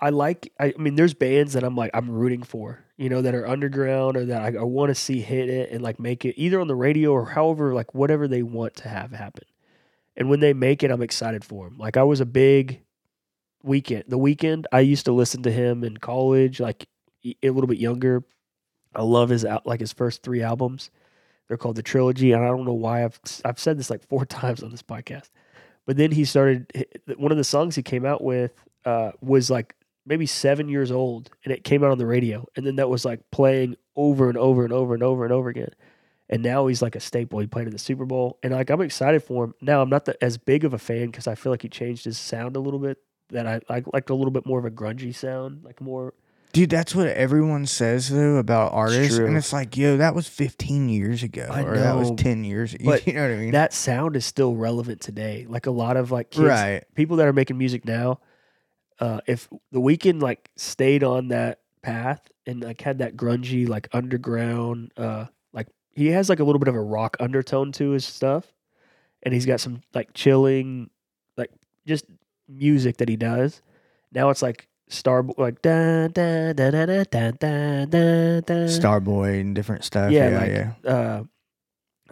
Speaker 2: I like. I, I mean, there's bands that I'm like I'm rooting for, you know, that are underground or that I, I want to see hit it and like make it either on the radio or however, like whatever they want to have happen. And when they make it, I'm excited for them. Like I was a big weekend. The weekend I used to listen to him in college, like y- a little bit younger. I love his out like his first three albums. They're called the trilogy, and I don't know why I've I've said this like four times on this podcast. But then he started h- one of the songs he came out with uh, was like maybe seven years old, and it came out on the radio, and then that was like playing over and over and over and over and over again. And now he's like a staple. He played in the Super Bowl, and like I'm excited for him. Now I'm not the, as big of a fan because I feel like he changed his sound a little bit. That I I liked a little bit more of a grungy sound, like more
Speaker 1: dude. That's what everyone says though about artists,
Speaker 2: true.
Speaker 1: and it's like, yo, that was 15 years ago,
Speaker 2: I
Speaker 1: or that was
Speaker 2: know,
Speaker 1: 10 years. You,
Speaker 2: but
Speaker 1: you know what I mean?
Speaker 2: that sound is still relevant today. Like a lot of like kids,
Speaker 1: right?
Speaker 2: people that are making music now, uh, if the weekend like stayed on that path and like had that grungy like underground, uh, like he has like a little bit of a rock undertone to his stuff, and he's got some like chilling, like just music that he does. Now it's like star like da da da da da da da da da
Speaker 1: Starboy and different stuff.
Speaker 2: Yeah,
Speaker 1: Yeah, yeah,
Speaker 2: like-
Speaker 1: yeah.
Speaker 2: uh,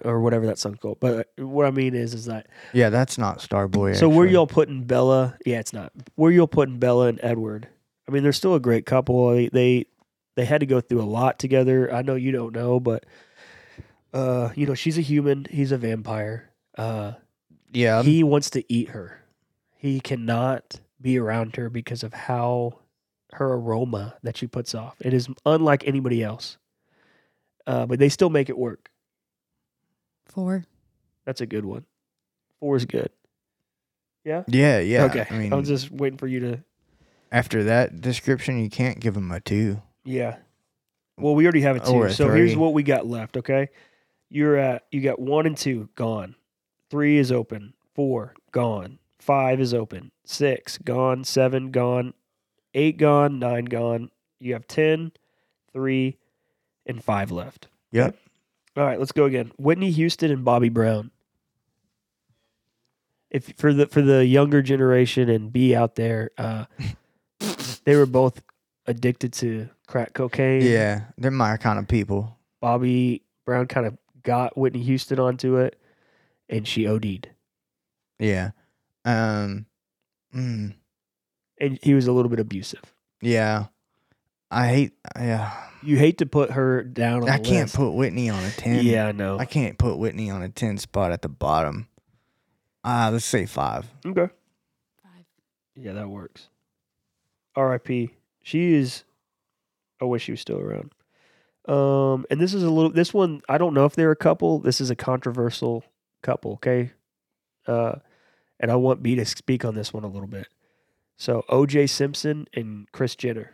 Speaker 2: or whatever that song's called. But uh, what I mean is, is that
Speaker 1: that's not Starboy.
Speaker 2: So where
Speaker 1: actually.
Speaker 2: y'all putting Bella? Yeah, it's not. Where y'all putting Bella and Edward? I mean, they're still a great couple. They they, they had to go through a lot together. I know you don't know, but uh, you know she's a human. He's a vampire. Uh,
Speaker 1: Yeah, I'm-
Speaker 2: he wants to eat her. He cannot be around her because of how her aroma that she puts off. It is unlike anybody else. Uh, but they still make it work.
Speaker 3: Four.
Speaker 2: That's a good one. Four is good. Yeah.
Speaker 1: yeah, yeah.
Speaker 2: okay.
Speaker 1: I mean,
Speaker 2: was just waiting for you to
Speaker 1: after that description, you can't give him a two.
Speaker 2: Yeah. Well, we already have it
Speaker 1: Or
Speaker 2: two.
Speaker 1: a
Speaker 2: So here's
Speaker 1: three.
Speaker 2: what we got left. Okay, you're at you got one and two gone, three is open, four gone, five is open, six gone, seven gone, eight gone, nine gone. You have ten, three, and five left.
Speaker 1: Yep.
Speaker 2: All right, let's go again. Whitney Houston and Bobby Brown. If for the for the younger generation and B out there, uh, they were both addicted to crack cocaine.
Speaker 1: Yeah, they're my kind of people.
Speaker 2: Bobby Brown kind of got Whitney Houston onto it, and she OD'd.
Speaker 1: Yeah. Um. mm,
Speaker 2: And he was a little bit abusive.
Speaker 1: yeah. I hate. Yeah.
Speaker 2: You hate to put her down. On
Speaker 1: I
Speaker 2: the
Speaker 1: can't
Speaker 2: list.
Speaker 1: put Whitney on a ten.
Speaker 2: Yeah, I know.
Speaker 1: I can't put Whitney on a ten spot at the bottom. Ah, let's say five.
Speaker 2: okay.
Speaker 3: Five.
Speaker 2: Yeah, that works. R.I.P. She is. I wish she was still around. Um, and this is a little. This one, I don't know if they're a couple. This is a controversial couple. Okay. Uh, and I want B to speak on this one a little bit. So O.J. Simpson and Chris Jenner.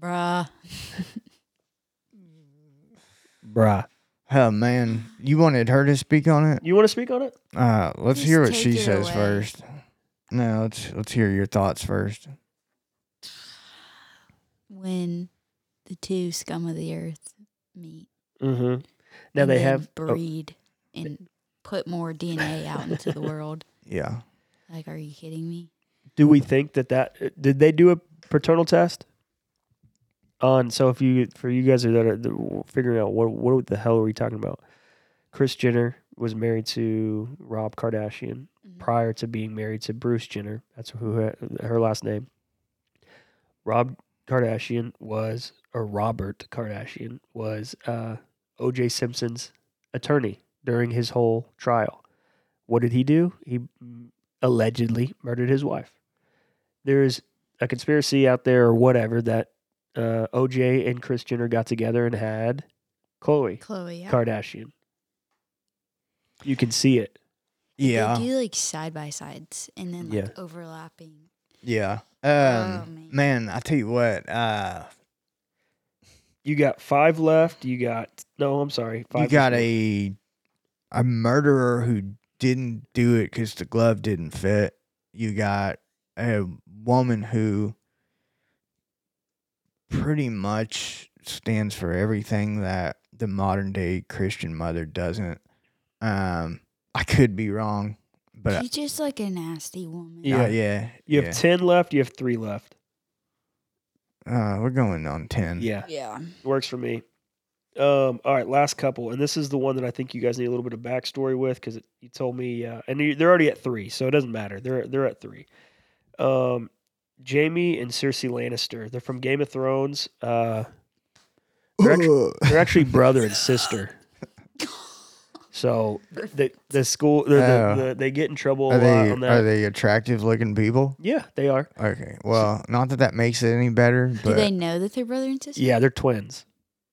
Speaker 3: Bruh.
Speaker 2: Bruh.
Speaker 1: Oh man, you wanted her to speak on it.
Speaker 2: You want to speak on it?
Speaker 1: Uh, let's hear
Speaker 3: Just
Speaker 1: what she
Speaker 3: take it
Speaker 1: says
Speaker 3: away.
Speaker 1: first. No, let's let's hear your thoughts first.
Speaker 3: when the two scum of the earth meet.
Speaker 2: Mm-hmm. Now
Speaker 3: and
Speaker 2: they
Speaker 3: then
Speaker 2: have. oh,
Speaker 3: breed and put more DNA out into the world.
Speaker 1: Yeah.
Speaker 3: Like, are you kidding me?
Speaker 2: do we think that that did they do a paternal test on? So if you for you guys that are that are figuring out what what the hell are we talking about? Chris Jenner was married to Rob Kardashian
Speaker 3: Mhm.
Speaker 2: prior to being married to Bruce Jenner. That's who her, her last name. Rob Kardashian was, or Robert Kardashian was, uh, O.J. Simpson's attorney during his whole trial. What did he do? He allegedly murdered his wife. There is a conspiracy out there, or whatever, that uh, O.J. and Chris Jenner got together and had Chloe
Speaker 3: Chloe, yeah.
Speaker 2: Kardashian. You can see it.
Speaker 3: They
Speaker 1: Yeah.
Speaker 3: do like side by sides and then like
Speaker 2: Yeah.
Speaker 3: overlapping.
Speaker 1: Yeah.
Speaker 3: Oh,
Speaker 1: Um,
Speaker 3: man.
Speaker 1: man, I tell you what. Uh,
Speaker 2: You got five left. You got no. I'm sorry. Five
Speaker 1: you got
Speaker 2: is-
Speaker 1: a a murderer who didn't do it because the glove didn't fit. You got a woman who pretty much stands for everything that the modern day Christian mother doesn't. Um, I could be wrong, but I-
Speaker 3: She's just like a nasty woman.
Speaker 1: yeah,
Speaker 2: Yeah.
Speaker 1: yeah,
Speaker 2: You
Speaker 1: yeah.
Speaker 2: have ten left. You have three left.
Speaker 1: uh, we're going on ten.
Speaker 2: Yeah,
Speaker 3: Yeah.
Speaker 2: works for me. Um. All right. Last couple, and this is the one that I think you guys need a little bit of backstory with because you told me, uh, and you, they're already at three, so it doesn't matter. They're they're at three. Um, Jamie and Cersei Lannister. They're from Game of Thrones. Uh, they're actu- they're actually brother and sister. So the the school the, the,
Speaker 1: Oh.
Speaker 2: the, they get in trouble a
Speaker 1: are
Speaker 2: lot
Speaker 1: they
Speaker 2: on
Speaker 1: are
Speaker 2: that.
Speaker 1: they attractive looking people?
Speaker 2: yeah, they are.
Speaker 1: Okay. Well, not that that makes it any better,
Speaker 3: Do
Speaker 1: but
Speaker 3: they know that they're brother and sister?
Speaker 2: Yeah, they're twins.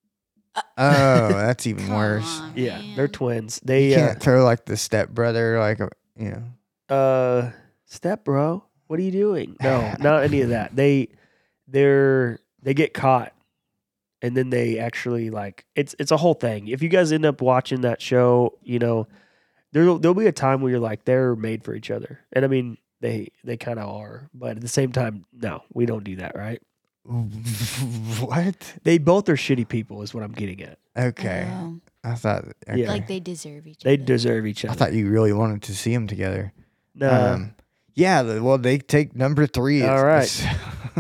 Speaker 1: oh, that's even
Speaker 3: Come
Speaker 1: worse.
Speaker 3: on,
Speaker 2: Yeah, they're
Speaker 3: man.
Speaker 2: twins.
Speaker 1: You
Speaker 2: They uh,
Speaker 1: can't throw like the stepbrother, like a, you know.
Speaker 2: uh step bro, what are you doing? No, not any of that. They they're they get caught and then they actually like it's it's a whole thing. If you guys end up watching that show, you know, there'll there'll be a time where you're like they're made for each other. And I mean, they they kind of are, but at the same time, no, we don't do that, right?
Speaker 1: What?
Speaker 2: They both are shitty people is what I'm getting at.
Speaker 1: Okay.
Speaker 3: Oh,
Speaker 1: I thought. Okay.
Speaker 2: Yeah.
Speaker 3: Like they deserve each
Speaker 2: They
Speaker 3: other.
Speaker 2: deserve each
Speaker 1: I
Speaker 2: other.
Speaker 1: thought you really wanted to see them together.
Speaker 2: No.
Speaker 1: Um, yeah. the- Well, they take number three.
Speaker 2: Uh, All right.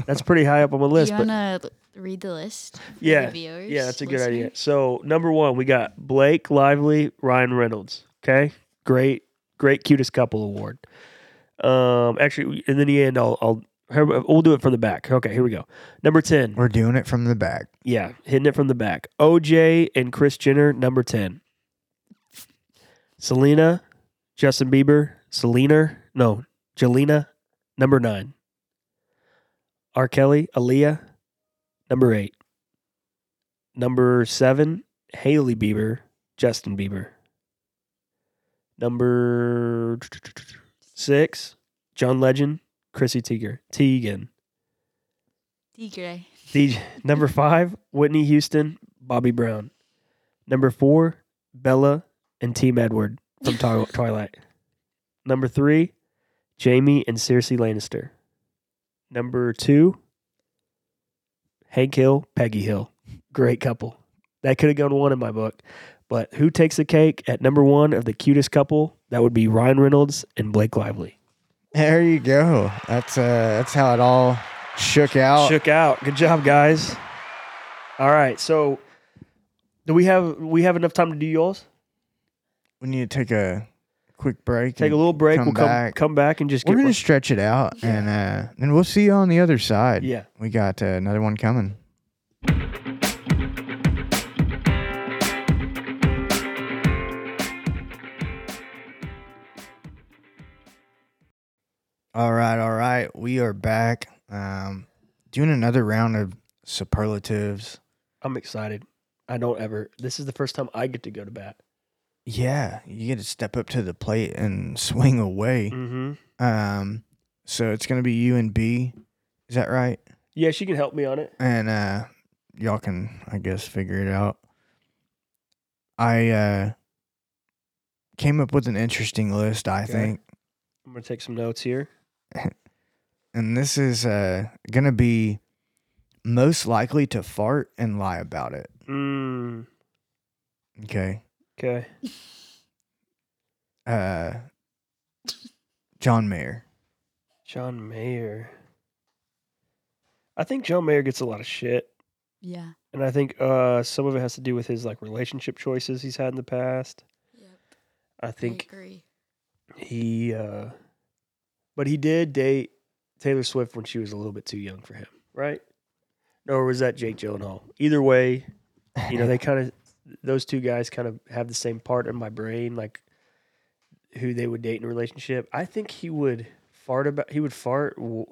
Speaker 2: that's pretty high up on my
Speaker 3: Do
Speaker 2: list,
Speaker 3: you
Speaker 2: but
Speaker 3: wanna l- read the list? for the
Speaker 2: Yeah,
Speaker 3: viewers
Speaker 2: Yeah, that's a good
Speaker 3: listening?
Speaker 2: idea. So number one, we got Blake Lively, Ryan Reynolds. Okay, great, great, cutest couple award. Um, actually, in the end, I'll, I'll here- we'll do it from the back. Okay, here we go. Number ten.
Speaker 1: We're doing it from the back.
Speaker 2: Yeah, hitting it from the back. OJ and Chris Jenner, number ten. Selena, Justin Bieber, Selena, no, Jelena, number nine. R. Kelly, Aaliyah, number eight. Number seven, Haley Bieber, Justin Bieber. Number six, John Legend, Chrissy Teigen. Teigen.
Speaker 3: Tigre.
Speaker 2: The number five, Whitney Houston, Bobby Brown. Number four, Bella and Team Edward from Twi- Twilight. Number three, Jamie and Cersei Lannister. Number two, Hank Hill, Peggy Hill. Great couple. That could have gone one in my book. But who takes the cake at number one of the cutest couple? That would be Ryan Reynolds and Blake Lively.
Speaker 1: There you go. That's uh, that's how it all shook out.
Speaker 2: shook out. Good job, guys. All right, so do we have we have enough time to do yours?
Speaker 1: We need to take a quick break.
Speaker 2: Take
Speaker 1: and
Speaker 2: a little break.
Speaker 1: Mm, come
Speaker 2: we'll come
Speaker 1: back.
Speaker 2: come back and just
Speaker 1: We're
Speaker 2: get
Speaker 1: gonna stretch it out,
Speaker 3: Yeah.
Speaker 1: and uh, and we'll see you on the other side.
Speaker 2: yeah.
Speaker 1: We got uh, another one coming. All right, all right. We are back. Um, doing another round of superlatives.
Speaker 2: I'm excited. I don't ever. This is the first time I get to go to bat.
Speaker 1: Yeah, you get to step up to the plate and swing away.
Speaker 2: Mm-hmm.
Speaker 1: Um, so it's gonna be you and B. Is that right?
Speaker 2: Yeah, she can help me on it.
Speaker 1: and uh y'all can i guess figure it out i uh came up with an interesting list i
Speaker 2: Okay.
Speaker 1: think
Speaker 2: I'm gonna take some notes here.
Speaker 1: and this is uh gonna be most likely to fart and lie about it
Speaker 2: Mm,
Speaker 1: okay
Speaker 2: okay.
Speaker 1: uh john mayer
Speaker 2: John Mayer. I think John Mayer gets a lot of shit.
Speaker 3: Yeah.
Speaker 2: And I think uh, some of it has to do with his like relationship choices he's had in the past.
Speaker 3: Yep.
Speaker 2: I think
Speaker 3: agree.
Speaker 2: he uh but he did date Taylor Swift when she was a little bit too young for him, right? Or was that Jake Gyllenhaal? Either way, you know, they kind of those two guys kind of have the same part in my brain, like who they would date in a relationship. I think he would fart about. He would fart. w-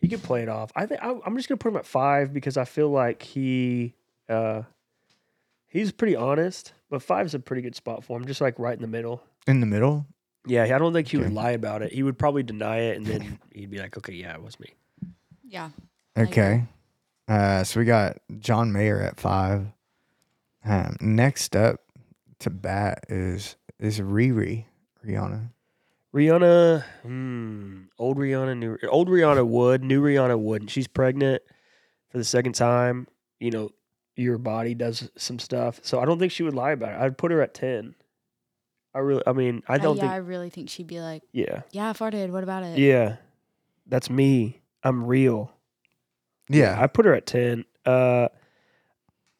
Speaker 2: He could play it off. I think I- I'm just gonna put him at five because I feel like he uh he's pretty honest, but five's a pretty good spot for him, just like right in the middle.
Speaker 1: in the middle.
Speaker 2: Yeah, I don't think he would
Speaker 1: Okay.
Speaker 2: lie about it. He would probably deny it, and then he'd be like, "Okay, yeah, it was me."
Speaker 3: Yeah. agree.
Speaker 1: Okay. Uh, so we got John Mayer at five. Um, next up to bat is is Riri Rihanna.
Speaker 2: Rihanna, hmm, old Rihanna, new old Rihanna would, new Rihanna wouldn't. She's pregnant for the second time. You know, your body does some stuff, so I don't think she would lie about it. I'd put her at ten. I really, I mean, I don't
Speaker 3: Uh, yeah, I
Speaker 2: think,
Speaker 3: really think she'd be like,
Speaker 2: yeah,
Speaker 3: yeah, I farted. What about it?
Speaker 2: yeah, that's me. I'm real.
Speaker 1: Yeah.
Speaker 2: I put her at ten. Uh,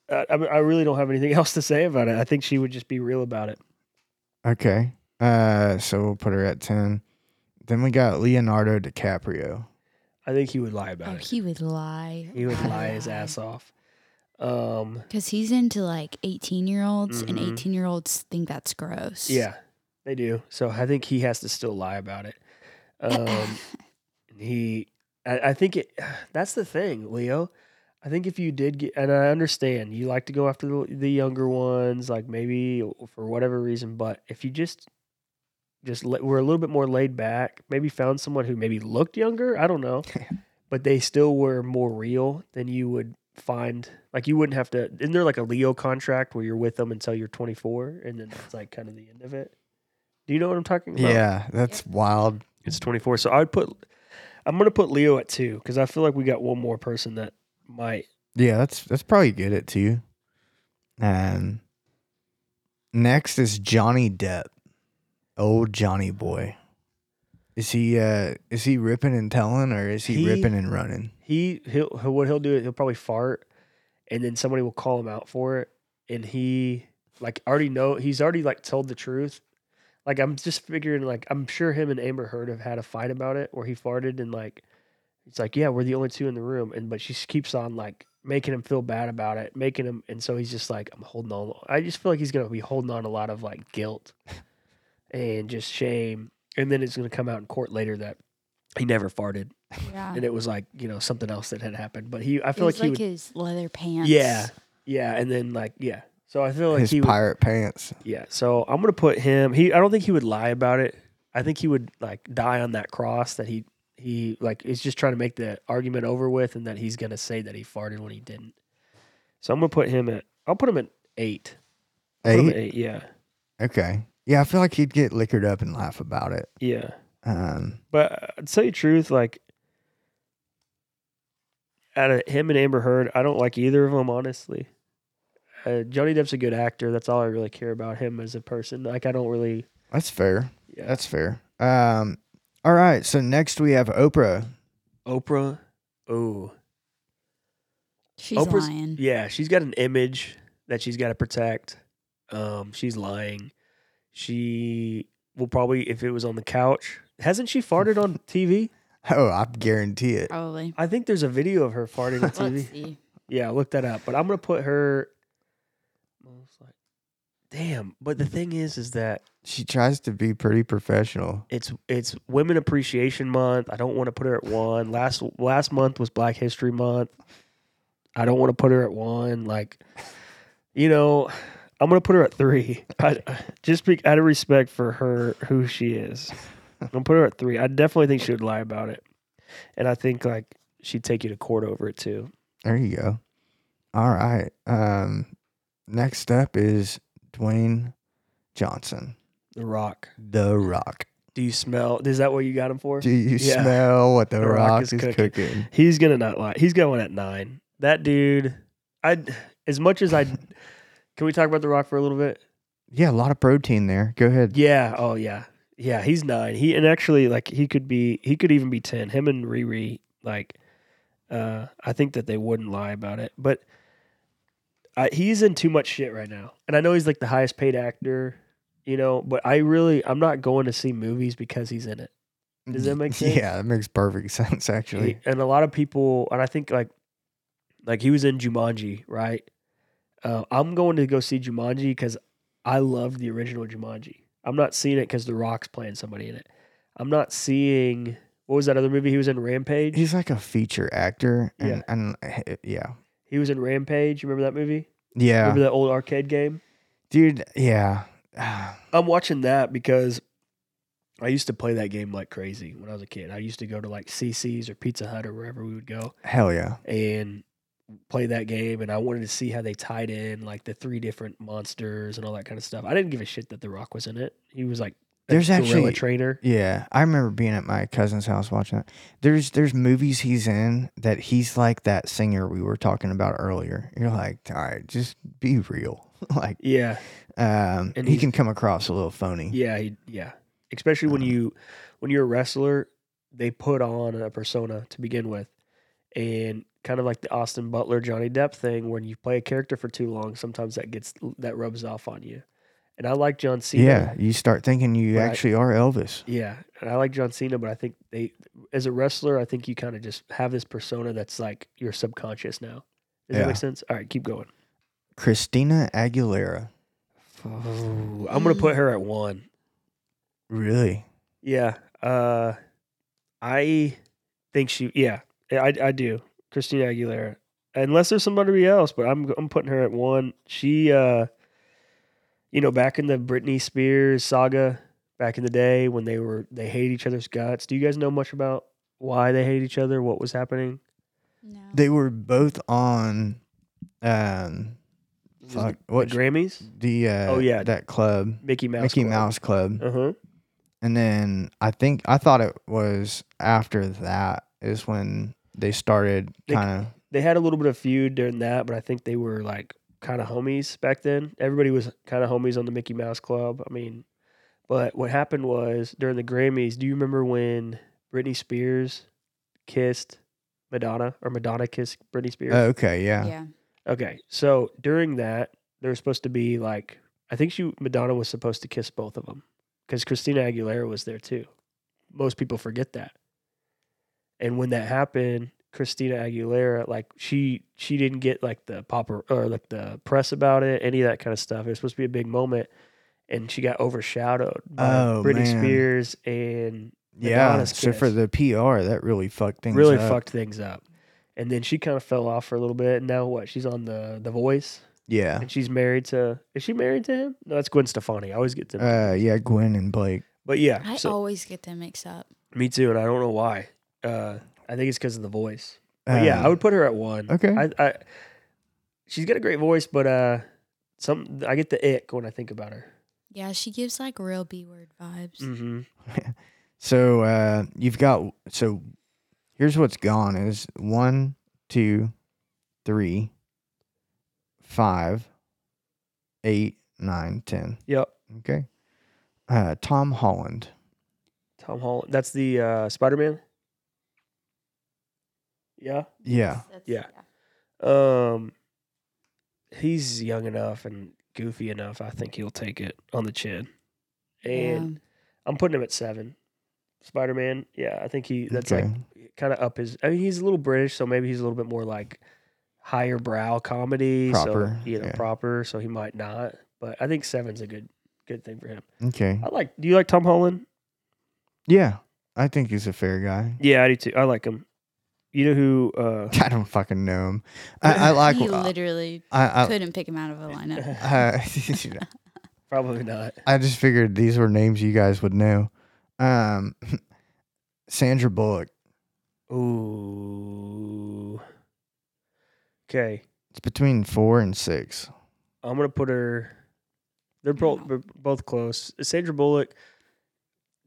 Speaker 2: I, I I really don't have anything else to say about it. I think she would just be real about it.
Speaker 1: Okay. Uh, so we'll put her at ten. Then we got Leonardo DiCaprio.
Speaker 2: I think he would lie about
Speaker 3: Oh,
Speaker 2: it.
Speaker 3: he would lie.
Speaker 2: He would lie his ass off. Um,
Speaker 3: Because he's into like 18 year olds, and
Speaker 2: Mhm.
Speaker 3: 18 year olds think that's gross.
Speaker 2: yeah, they do. So I think he has to still lie about it. Um, he, I, I think it. That's the thing, Leo. I think if you did get, and I understand you like to go after the, the younger ones, like maybe for whatever reason, but if you just, just la- were a little bit more laid back, maybe found someone who maybe looked younger, I don't know, but they still were more real than you would find. Like you wouldn't have to, isn't there like a Leo contract where you're with them until you're 24 and then that's like kind of the end of it? Do you know what I'm talking about?
Speaker 1: Yeah, that's wild.
Speaker 2: It's 24. So I would put, I'm going to put Leo at two because I feel like we got one more person that might.
Speaker 1: Yeah, that's that's probably good at two. Um. Next is Johnny Depp. Old Johnny boy. Is he uh is he ripping and telling or is he,
Speaker 2: He-
Speaker 1: ripping and running?
Speaker 2: He, he'll, he'll, what he'll do, he'll probably fart and then somebody will call him out for it. And he, like, already know, he's already, like, told the truth. Like, I'm just figuring, like, I'm sure him and Amber Heard have had a fight about it where he farted and, like, it's like, yeah, we're the only two in the room. And, but she s- keeps on, like, making him feel bad about it, making him, and so he's just like, I'm holding on. I just feel like he's going to be holding on a lot of, like, guilt and just shame. And then it's going to come out in court later that he never farted
Speaker 3: Yeah.
Speaker 2: and it was like you know something else that had happened. But he, I
Speaker 3: It
Speaker 2: feel like
Speaker 3: was
Speaker 2: he
Speaker 3: like,
Speaker 2: would,
Speaker 3: his leather pants.
Speaker 2: yeah, yeah, and then like yeah. So I feel like
Speaker 1: His
Speaker 2: he would,
Speaker 1: pirate pants.
Speaker 2: yeah. So I'm gonna put him. He, I don't think he would lie about it. I think he would like die on that cross that he he like is just trying to make the argument over with, and that he's gonna say that he farted when he didn't. So I'm gonna put him at. I'll put him at eight. I'll put him at
Speaker 1: Eight?
Speaker 2: eight. Yeah.
Speaker 1: Okay. Yeah, I feel like he'd get liquored up and laugh about it.
Speaker 2: Yeah.
Speaker 1: Um,
Speaker 2: But uh, to tell you the truth, like out of him and Amber Heard, I don't like either of them honestly. Uh, Johnny Depp's a good actor. That's all I really care about him as a person. Like I don't really.
Speaker 1: that's fair.
Speaker 2: Yeah.
Speaker 1: That's fair. Um, all right. So next we have Oprah.
Speaker 2: Oprah. Oh,
Speaker 3: She's
Speaker 2: Oprah's-
Speaker 3: lying.
Speaker 2: yeah. She's got an image that she's got to protect. Um, she's lying. She will probably, if it was on the couch, hasn't she farted on TV?
Speaker 1: Oh, I guarantee it.
Speaker 3: Probably.
Speaker 2: I think there's a video of her farting on TV.
Speaker 3: Let's see.
Speaker 2: Yeah, look that up. But I'm gonna put her. Most like, damn. But the thing is, is that
Speaker 1: She tries to be pretty professional.
Speaker 2: it's it's Women Appreciation Month. I don't want to put her at one. Last last month was Black History Month. I don't want to put her at one. Like, you know, I'm gonna put her at three. I, just be, out of respect for her, who she is, I'm gonna put her at three. I definitely think she would lie about it, and I think like she'd take you to court over it too.
Speaker 1: There you go. All right. Um, next up is Dwayne Johnson,
Speaker 2: The Rock.
Speaker 1: The Rock.
Speaker 2: Do you smell? Is that what you got him for?
Speaker 1: Do you
Speaker 2: Yeah.
Speaker 1: smell what The,
Speaker 2: The
Speaker 1: Rock, is, cooking?
Speaker 2: He's gonna not lie. He's going at nine. That dude. I as much as I. Can we talk about The Rock for a little bit?
Speaker 1: Yeah, a lot of protein there. Go ahead.
Speaker 2: Yeah. Oh yeah. Yeah, he's nine. He and actually like he could be he could even be ten. Him and Riri, like uh I think that they wouldn't lie about it. But I, he's in too much shit right now. And I know he's like the highest paid actor, you know, but I really I'm not going to see movies because he's in it. Does that make sense?
Speaker 1: Yeah, that makes perfect sense actually.
Speaker 2: He- and a lot of people and I think like like he was in Jumanji, right? Uh, I'm going to go see Jumanji because I love the original Jumanji. I'm not seeing it because The Rock's playing somebody in it. I'm not seeing what was that other movie he was in Rampage.
Speaker 1: He's like a feature actor and
Speaker 2: Yeah.
Speaker 1: and eh, yeah.
Speaker 2: he was in Rampage. You remember that movie?
Speaker 1: Yeah.
Speaker 2: Remember that old arcade game?
Speaker 1: Dude, yeah. Ah,
Speaker 2: I'm watching that because I used to play that game like crazy when I was a kid. I used to go to like CC's or Pizza Hut or wherever we would go
Speaker 1: Hell yeah.
Speaker 2: and play that game. And I wanted to see how they tied in like the three different monsters and all that kind of stuff. I didn't give a shit that The Rock was in it. He was like a
Speaker 1: There's
Speaker 2: gorilla
Speaker 1: actually-
Speaker 2: trainer.
Speaker 1: Yeah, I remember being at my cousin's house watching it. There's there's movies he's in that he's like that singer we were talking about earlier. You're like, all right, just be real. like,
Speaker 2: Yeah,
Speaker 1: um,
Speaker 2: And
Speaker 1: he
Speaker 2: he's-
Speaker 1: can come across a little phony.
Speaker 2: yeah, he, yeah. Especially when
Speaker 1: Um,
Speaker 2: you when you're a wrestler, they put on a persona to begin with, and kind of like the Austin Butler Johnny Depp thing, when you play a character for too long, sometimes that gets that rubs off on you. And I like John Cena.
Speaker 1: yeah. You start thinking you
Speaker 2: Right.
Speaker 1: actually are Elvis.
Speaker 2: Yeah, and I like John Cena, but I think they, as a wrestler, I think you kind of just have this persona that's like your subconscious now. Does that
Speaker 1: Yeah.
Speaker 2: make sense? All right, keep going.
Speaker 1: Christina Aguilera.
Speaker 2: I'm gonna put her at one.
Speaker 1: Really?
Speaker 2: Yeah, uh, I think she. Yeah, I I do. Christina Aguilera. Unless there's somebody else, but I'm I'm putting her at one. She, uh, you know, back in the Britney Spears saga, back in the day when they were they hate each other's guts. Do you guys know much about why they hate each other? What was happening?
Speaker 3: No.
Speaker 1: They were both on um
Speaker 2: Was it
Speaker 1: fuck,
Speaker 2: the
Speaker 1: what
Speaker 2: Grammys?
Speaker 1: the uh
Speaker 2: Oh, yeah.
Speaker 1: that club.
Speaker 2: Mickey Mouse.
Speaker 1: Mickey Mouse Club.
Speaker 2: Uh huh.
Speaker 1: And then I think I thought it was after that is when they started
Speaker 2: They c-
Speaker 1: kind of
Speaker 2: They had a little bit of feud during that, but I think they were like kind of homies back then. Everybody was kind of homies on the Mickey Mouse Club. I mean, but what happened was during the Grammys. Do you remember when Britney Spears kissed Madonna, or Madonna kissed Britney Spears?
Speaker 1: okay, yeah.
Speaker 3: yeah.
Speaker 2: Okay, so during that, there was supposed to be like I think she Madonna was supposed to kiss both of them because Christina Aguilera was there too. Most people forget that. And when that happened, Christina Aguilera like she she didn't get like the popper or like the press about it, any of that kind of stuff. It was supposed to be a big moment, and she got overshadowed by
Speaker 1: Oh,
Speaker 2: Britney
Speaker 1: man.
Speaker 2: Spears and
Speaker 1: Yeah.
Speaker 2: Madonna's
Speaker 1: So for
Speaker 2: kiss.
Speaker 1: the PR, that really fucked things
Speaker 2: really
Speaker 1: up.
Speaker 2: fucked things up. And then she kind of fell off for a little bit. And now what? She's on the the Voice.
Speaker 1: Yeah.
Speaker 2: And she's married to. Is she married to him? No, that's Gwen Stefani. I always get them.
Speaker 1: Uh, yeah, Gwen and Blake.
Speaker 2: but yeah,
Speaker 3: I
Speaker 2: so,
Speaker 3: always get them mixed up.
Speaker 2: me too. And I don't know why. Uh, I think it's because of the voice. But yeah, I
Speaker 1: Um,
Speaker 2: would put her at one.
Speaker 1: okay.
Speaker 2: I, I, she's got a great voice, but uh, some I get the ick when I think about her.
Speaker 3: Yeah, she gives like real B word vibes.
Speaker 1: Mm,
Speaker 2: Mm-hmm.
Speaker 1: So uh, you've got so here's what's gone is one, two, three, five, eight, nine, ten.
Speaker 2: Yep.
Speaker 1: Okay. Uh, Tom Holland.
Speaker 2: Tom Holland. That's the uh, Spider Man. Yeah.
Speaker 1: Yeah.
Speaker 2: Yeah. Um, he's young enough and goofy enough. I think he'll take it on the chin. And I'm putting him at seven. Spider Man, yeah, I think he that's
Speaker 1: okay.
Speaker 2: like kind of up his. I mean, he's a little British, so maybe he's a little bit more like higher brow comedy,
Speaker 1: Proper,
Speaker 2: so you know,
Speaker 1: yeah.
Speaker 2: proper. So he might not, but I think seven's a good good thing for him.
Speaker 1: okay.
Speaker 2: I like. Do you like Tom Holland?
Speaker 1: Yeah. I think he's a fair guy.
Speaker 2: Yeah, I do too. I like him. You know who? uh
Speaker 1: I don't fucking know him. I, I like. uh,
Speaker 3: he literally
Speaker 1: I, I,
Speaker 3: couldn't pick him out of a lineup.
Speaker 1: uh,
Speaker 2: Probably not.
Speaker 1: I just figured these were names you guys would know. Um, Sandra Bullock.
Speaker 2: Ooh. Okay,
Speaker 1: It's between four and six.
Speaker 2: I'm gonna put her. They're both
Speaker 3: Wow.
Speaker 2: they're both close. Sandra Bullock.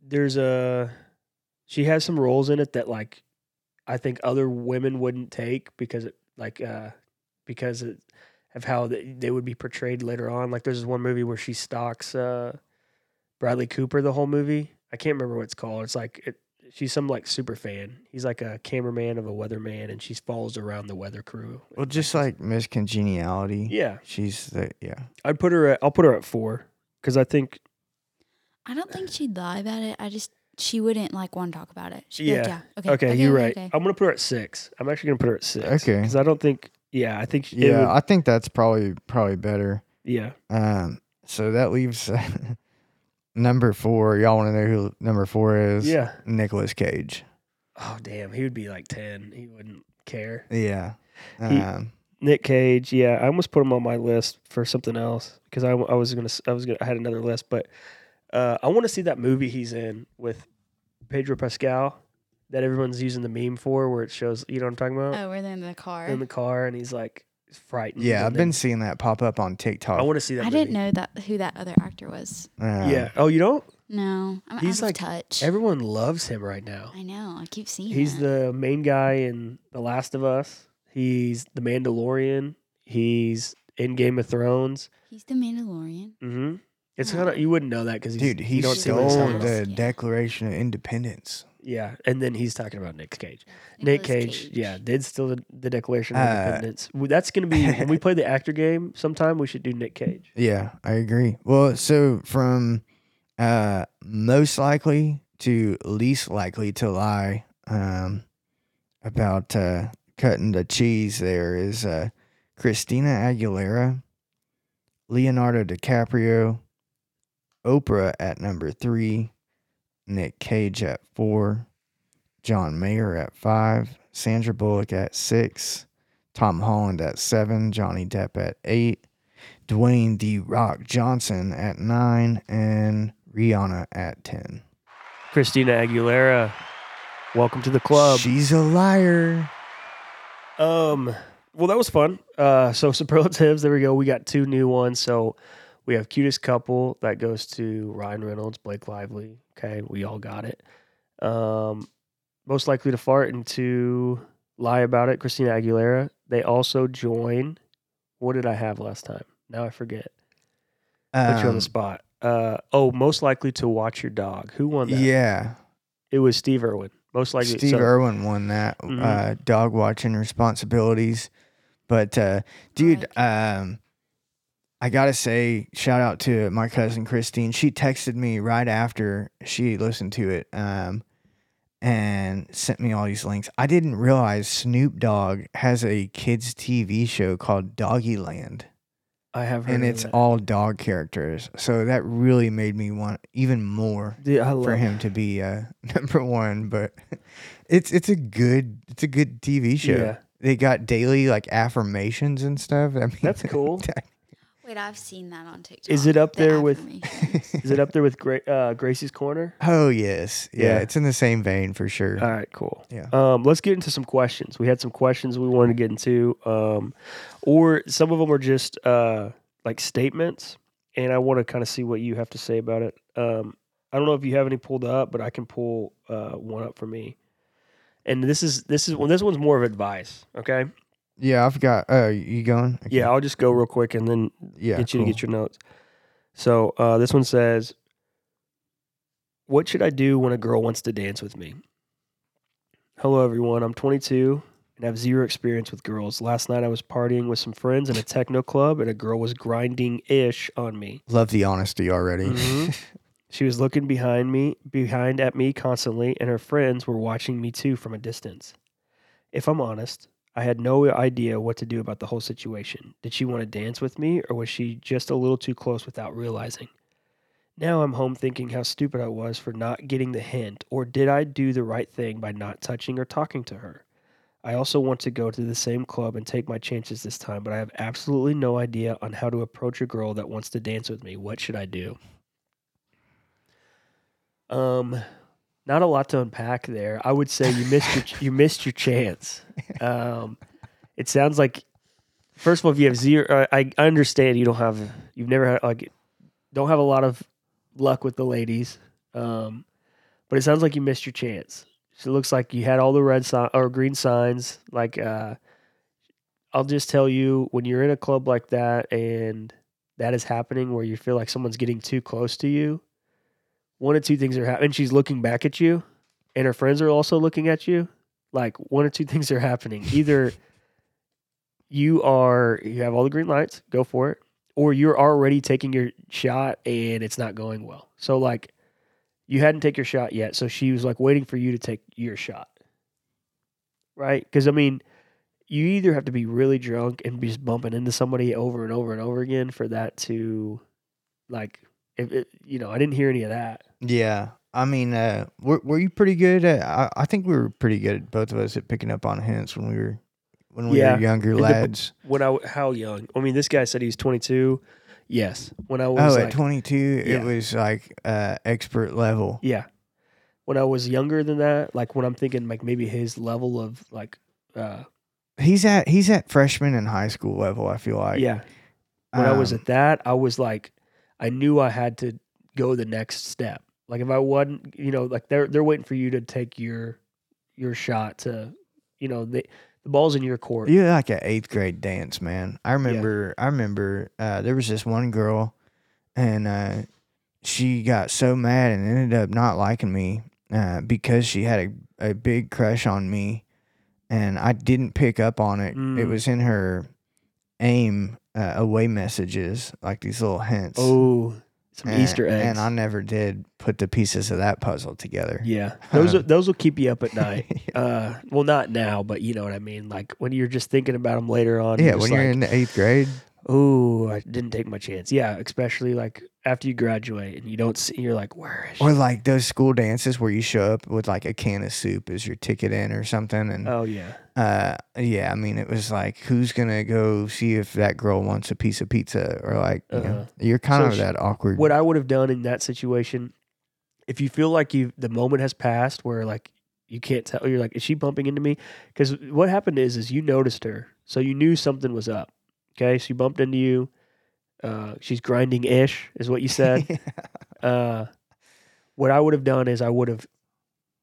Speaker 2: There's a. She has some roles in it that like, I think other women wouldn't take because it like uh, because it, of how they, they would be portrayed later on. Like there's this one movie where she stalks uh, Bradley Cooper the whole movie. I can't remember what it's called. It's like it, she's some like super fan. He's like a cameraman of a weatherman, and she follows around the weather crew.
Speaker 1: Well, just like Miss Congeniality.
Speaker 2: yeah,
Speaker 1: She's the yeah.
Speaker 2: I'd put her. At, I'll put her at four because I think
Speaker 3: I don't think she'd lie about it. I just she wouldn't like want to talk about it. She'd be like,
Speaker 2: Yeah.
Speaker 3: yeah.
Speaker 2: okay,
Speaker 3: Okay.
Speaker 2: you're
Speaker 3: okay,
Speaker 2: right.
Speaker 3: okay."
Speaker 2: I'm gonna put her at six. I'm actually gonna put her at six.
Speaker 1: Okay.
Speaker 2: because I don't think. Yeah, I think.
Speaker 1: Yeah,
Speaker 2: Yeah,
Speaker 1: I think that's probably probably better.
Speaker 2: yeah.
Speaker 1: Um, so that leaves number four. Y'all want to know who number four is?
Speaker 2: Yeah.
Speaker 1: Nicholas Cage.
Speaker 2: Oh damn, he would be like ten. He wouldn't care.
Speaker 1: Yeah.
Speaker 2: He-
Speaker 1: Um,
Speaker 2: Nick Cage, yeah, I almost put him on my list for something else because I, I was gonna s- I was gonna I had another list, but uh, I want to see that movie he's in with Pedro Pascal that everyone's using the meme for, where it shows you know what I'm talking about
Speaker 3: Oh, we're in the car.
Speaker 2: in the car and he's like frightened.
Speaker 1: yeah,
Speaker 2: and
Speaker 1: I've
Speaker 2: Mm-hmm. then-
Speaker 1: been seeing that pop up on TikTok.
Speaker 2: I want to see that.
Speaker 3: I
Speaker 2: movie.
Speaker 3: didn't know that who that other actor was.
Speaker 1: Uh,
Speaker 2: Yeah. Oh, you don't.
Speaker 3: No, I'm
Speaker 2: He's
Speaker 3: out of
Speaker 2: like
Speaker 3: touch.
Speaker 2: Everyone loves him right now.
Speaker 3: I know. I keep seeing.
Speaker 2: He's
Speaker 3: that.
Speaker 2: the main guy in The Last of Us. He's the Mandalorian. He's in Game of Thrones.
Speaker 3: He's the Mandalorian.
Speaker 2: Mm-hmm. It's
Speaker 3: Aw.
Speaker 2: kind of you wouldn't know that because
Speaker 1: Dude, he
Speaker 2: you don't see what he's
Speaker 1: stole
Speaker 2: talking about.
Speaker 1: the
Speaker 3: Yeah.
Speaker 1: Declaration of Independence.
Speaker 2: Yeah, and then he's talking about Nick Cage. Nick
Speaker 3: Nicolas
Speaker 2: Cage, yeah, did steal the, the Declaration of
Speaker 1: Uh,
Speaker 2: Independence. Well, That's gonna be when we play the actor game sometime. We should do Nick Cage.
Speaker 1: Yeah, I agree. Well, so from uh most likely to least likely to lie um about uh cutting the cheese there is uh Christina Aguilera, Leonardo DiCaprio, Oprah at number 3, Nick Cage at 4, John Mayer at 5, Sandra Bullock at 6, Tom Holland at 7, Johnny Depp at 8, Dwayne the Rock Johnson at nine and Rihanna at ten.
Speaker 2: Christina Aguilera, welcome to the club.
Speaker 1: She's a liar.
Speaker 2: Um, well, that was fun. Uh, so superlatives. There we go. We got two new ones. So we have cutest couple that goes to Ryan Reynolds, Blake Lively. Okay, we all got it. Um, most likely to fart and to lie about it, Christina Aguilera. They also join. What did I have last time? Now I forget. Put you on
Speaker 1: Um,
Speaker 2: the spot. Uh, oh, most likely to watch your dog. Who won that?
Speaker 1: yeah,
Speaker 2: It was Steve Irwin. Most likely.
Speaker 1: Steve
Speaker 2: so-
Speaker 1: Irwin won that
Speaker 2: Mhm.
Speaker 1: uh, dog watching responsibilities. But uh, dude, um, I gotta say, shout out to my cousin Christine. She texted me right after she listened to it, um, and sent me all these links. I didn't realize Snoop Dogg has a kids TV show called Doggy Land.
Speaker 2: I have heard
Speaker 1: and
Speaker 2: of
Speaker 1: it's
Speaker 2: that.
Speaker 1: all dog characters. So that really made me want even more
Speaker 2: Dude, I
Speaker 1: for
Speaker 2: love
Speaker 1: him to be uh, number one. But it's it's a good it's a good TV show.
Speaker 2: Yeah.
Speaker 1: They got daily like affirmations and stuff. I mean,
Speaker 2: That's cool.
Speaker 3: Wait, I've seen that on TikTok.
Speaker 2: Is it up
Speaker 3: the
Speaker 2: there with-
Speaker 3: affirmations.
Speaker 2: Is it up there with Gra- uh, Gracie's Corner?
Speaker 1: oh yes, yeah,
Speaker 2: Yeah. Uh,
Speaker 1: It's in the same vein for sure.
Speaker 2: All right, cool.
Speaker 1: Yeah.
Speaker 2: Um, let's get into some questions. We had some questions we wanted to get into, um, or some of them are just uh, like statements, and I want to kind of see what you have to say about it. Um, I don't know if you have any pulled up, but I can pull uh, one up for me. And this is this is well, this one's more of advice. Okay.
Speaker 1: yeah, I've got. Oh, you going? Okay.
Speaker 2: Yeah, I'll just go real quick and then
Speaker 1: yeah.
Speaker 2: get you
Speaker 1: cool.
Speaker 2: to get your notes. So uh, this one says, "What should I do when a girl wants to dance with me?" Hello, everyone. I'm 22 and have zero experience with girls. Last night I was partying with some friends in a techno club, and a girl was grinding ish on me.
Speaker 1: Love the honesty already.
Speaker 2: Mhm. She was looking behind me, behind at me constantly, and her friends were watching me too from a distance. If I'm honest, I had no idea what to do about the whole situation. Did she want to dance with me, or was she just a little too close without realizing? Now I'm home thinking how stupid I was for not getting the hint, or did I do the right thing by not touching or talking to her? I also want to go to the same club and take my chances this time, but I have absolutely no idea on how to approach a girl that wants to dance with me. What should I do? Um, not a lot to unpack there. I would say you missed your you missed your chance. Um, it sounds like first of all, if you have zero, I, I understand you don't have you've never had like don't have a lot of luck with the ladies. Um, but it sounds like you missed your chance. So it looks like you had all the red sign or green signs. Like, uh, I'll just tell you when you're in a club like that and that is happening where you feel like someone's getting too close to you, one of two things are happening. She's looking back at you, and her friends are also looking at you. Like one or two things are happening. Either you are you have all the green lights, go for it, or you're already taking your shot and it's not going well. So like you hadn't take your shot yet, so she was like waiting for you to take your shot. Right? Cuz I mean, you either have to be really drunk and be just bumping into somebody over and over and over again for that to like if it, you know, I didn't hear any of that.
Speaker 1: Yeah. I mean, uh, were, were you pretty good at? I, I think we were pretty good, both of us, at picking up on hints when we were when we
Speaker 2: Yeah.
Speaker 1: were younger
Speaker 2: the-
Speaker 1: lads.
Speaker 2: When I w- how young? I mean, this guy said he was 22. Yes. When I
Speaker 1: Oh,
Speaker 2: was
Speaker 1: at
Speaker 2: like,
Speaker 1: 22,
Speaker 2: Yeah.
Speaker 1: it was like uh, expert level.
Speaker 2: Yeah. When I was younger than that, like when I'm thinking like maybe his level of like uh
Speaker 1: He's at he's at freshman and high school level. I feel like.
Speaker 2: yeah. When I was
Speaker 1: Um,
Speaker 2: at that, I was like I knew I had to go the next step. Like if I wasn't, you know, like they're they're waiting for you to take your your shot to, you know, the the ball's in your court.
Speaker 1: You're like an eighth grade dance, man. I remember. I remember. Uh, there was this one girl, and uh, she got so mad and ended up not liking me uh, because she had a, a big crush on me, and I didn't pick up on it. It
Speaker 2: Mm.
Speaker 1: was in her aim uh, away messages, like these little hints.
Speaker 2: Oh, some
Speaker 1: and,
Speaker 2: Easter eggs.
Speaker 1: And I never did put the pieces of that puzzle together.
Speaker 2: yeah. Those
Speaker 1: Um,
Speaker 2: are, those will keep you up at night.
Speaker 1: yeah,
Speaker 2: Uh, well, not now, but you know what I mean. Like when you're just thinking about them later on.
Speaker 1: Yeah,
Speaker 2: just
Speaker 1: when you're
Speaker 2: like,
Speaker 1: in the eighth grade.
Speaker 2: oh, I didn't take my chance. Yeah, especially like after you graduate and you don't see, you're like, where is she?
Speaker 1: Or like those school dances where you show up with like a can of soup as your ticket in or something. And
Speaker 2: oh yeah,
Speaker 1: uh, yeah, I mean, it was like, who's going to go see if that girl wants a piece of pizza? Or like, you
Speaker 2: Uh-huh.
Speaker 1: know, you're kind
Speaker 2: So
Speaker 1: of
Speaker 2: sh-
Speaker 1: that awkward.
Speaker 2: what I would have done in that situation, if you feel like you the moment has passed where like you can't tell, you're like, is she bumping into me? Because what happened is, is you noticed her, so you knew something was up. Okay, she bumped into you. Uh, she's grinding ish, is what you said. uh, what I would have done is I would have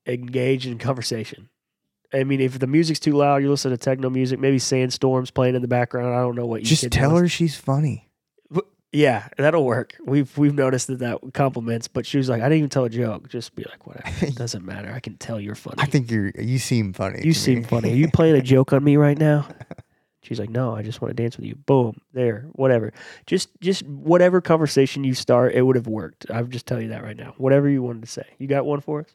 Speaker 2: engaged in conversation. I mean, if the music's too loud, you listen to techno music, maybe sandstorms playing in the background. I don't know what you
Speaker 1: Just
Speaker 2: could
Speaker 1: tell
Speaker 2: listen-
Speaker 1: her she's funny.
Speaker 2: Yeah, that'll work. We've we've noticed that that compliments. But she was like, I didn't even tell a joke. Just be like, whatever. It doesn't matter. I can tell you're funny.
Speaker 1: I think you're, you seem funny. to
Speaker 2: you
Speaker 1: me.
Speaker 2: seem funny. Are you playing a joke on me right now? She's like, no, I just want to dance with you. Boom, there, whatever. Just just whatever conversation you start, it would have worked. I'll just tell you that right now. Whatever you wanted to say, you got one for us.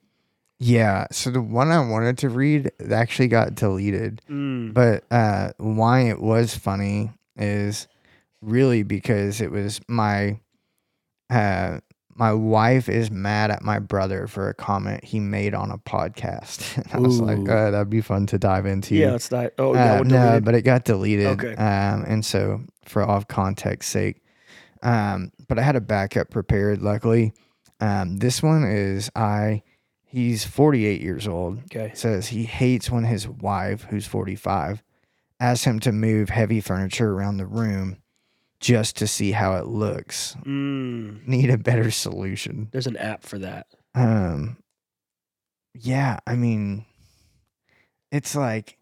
Speaker 1: yeah. So the one I wanted to read actually got deleted.
Speaker 2: Mm.
Speaker 1: But uh, why it was funny is really because it was my uh, my wife is mad at my brother for a comment he made on a podcast. and I was like,
Speaker 2: Ooh.
Speaker 1: oh, that'd be fun to dive into.
Speaker 2: Yeah, it's not. Oh,
Speaker 1: Uh,
Speaker 2: yeah,
Speaker 1: no, but it got deleted.
Speaker 2: Okay.
Speaker 1: Um, and so for off context sake, um, but I had a backup prepared. Luckily, um, this one is I. He's 48 years old
Speaker 2: okay.
Speaker 1: says he hates when his wife, who's 45, asks him to move heavy furniture around the room just to see how it looks.
Speaker 2: Mm,
Speaker 1: Need a better solution.
Speaker 2: there's an app for that.
Speaker 1: Um yeah, I mean it's like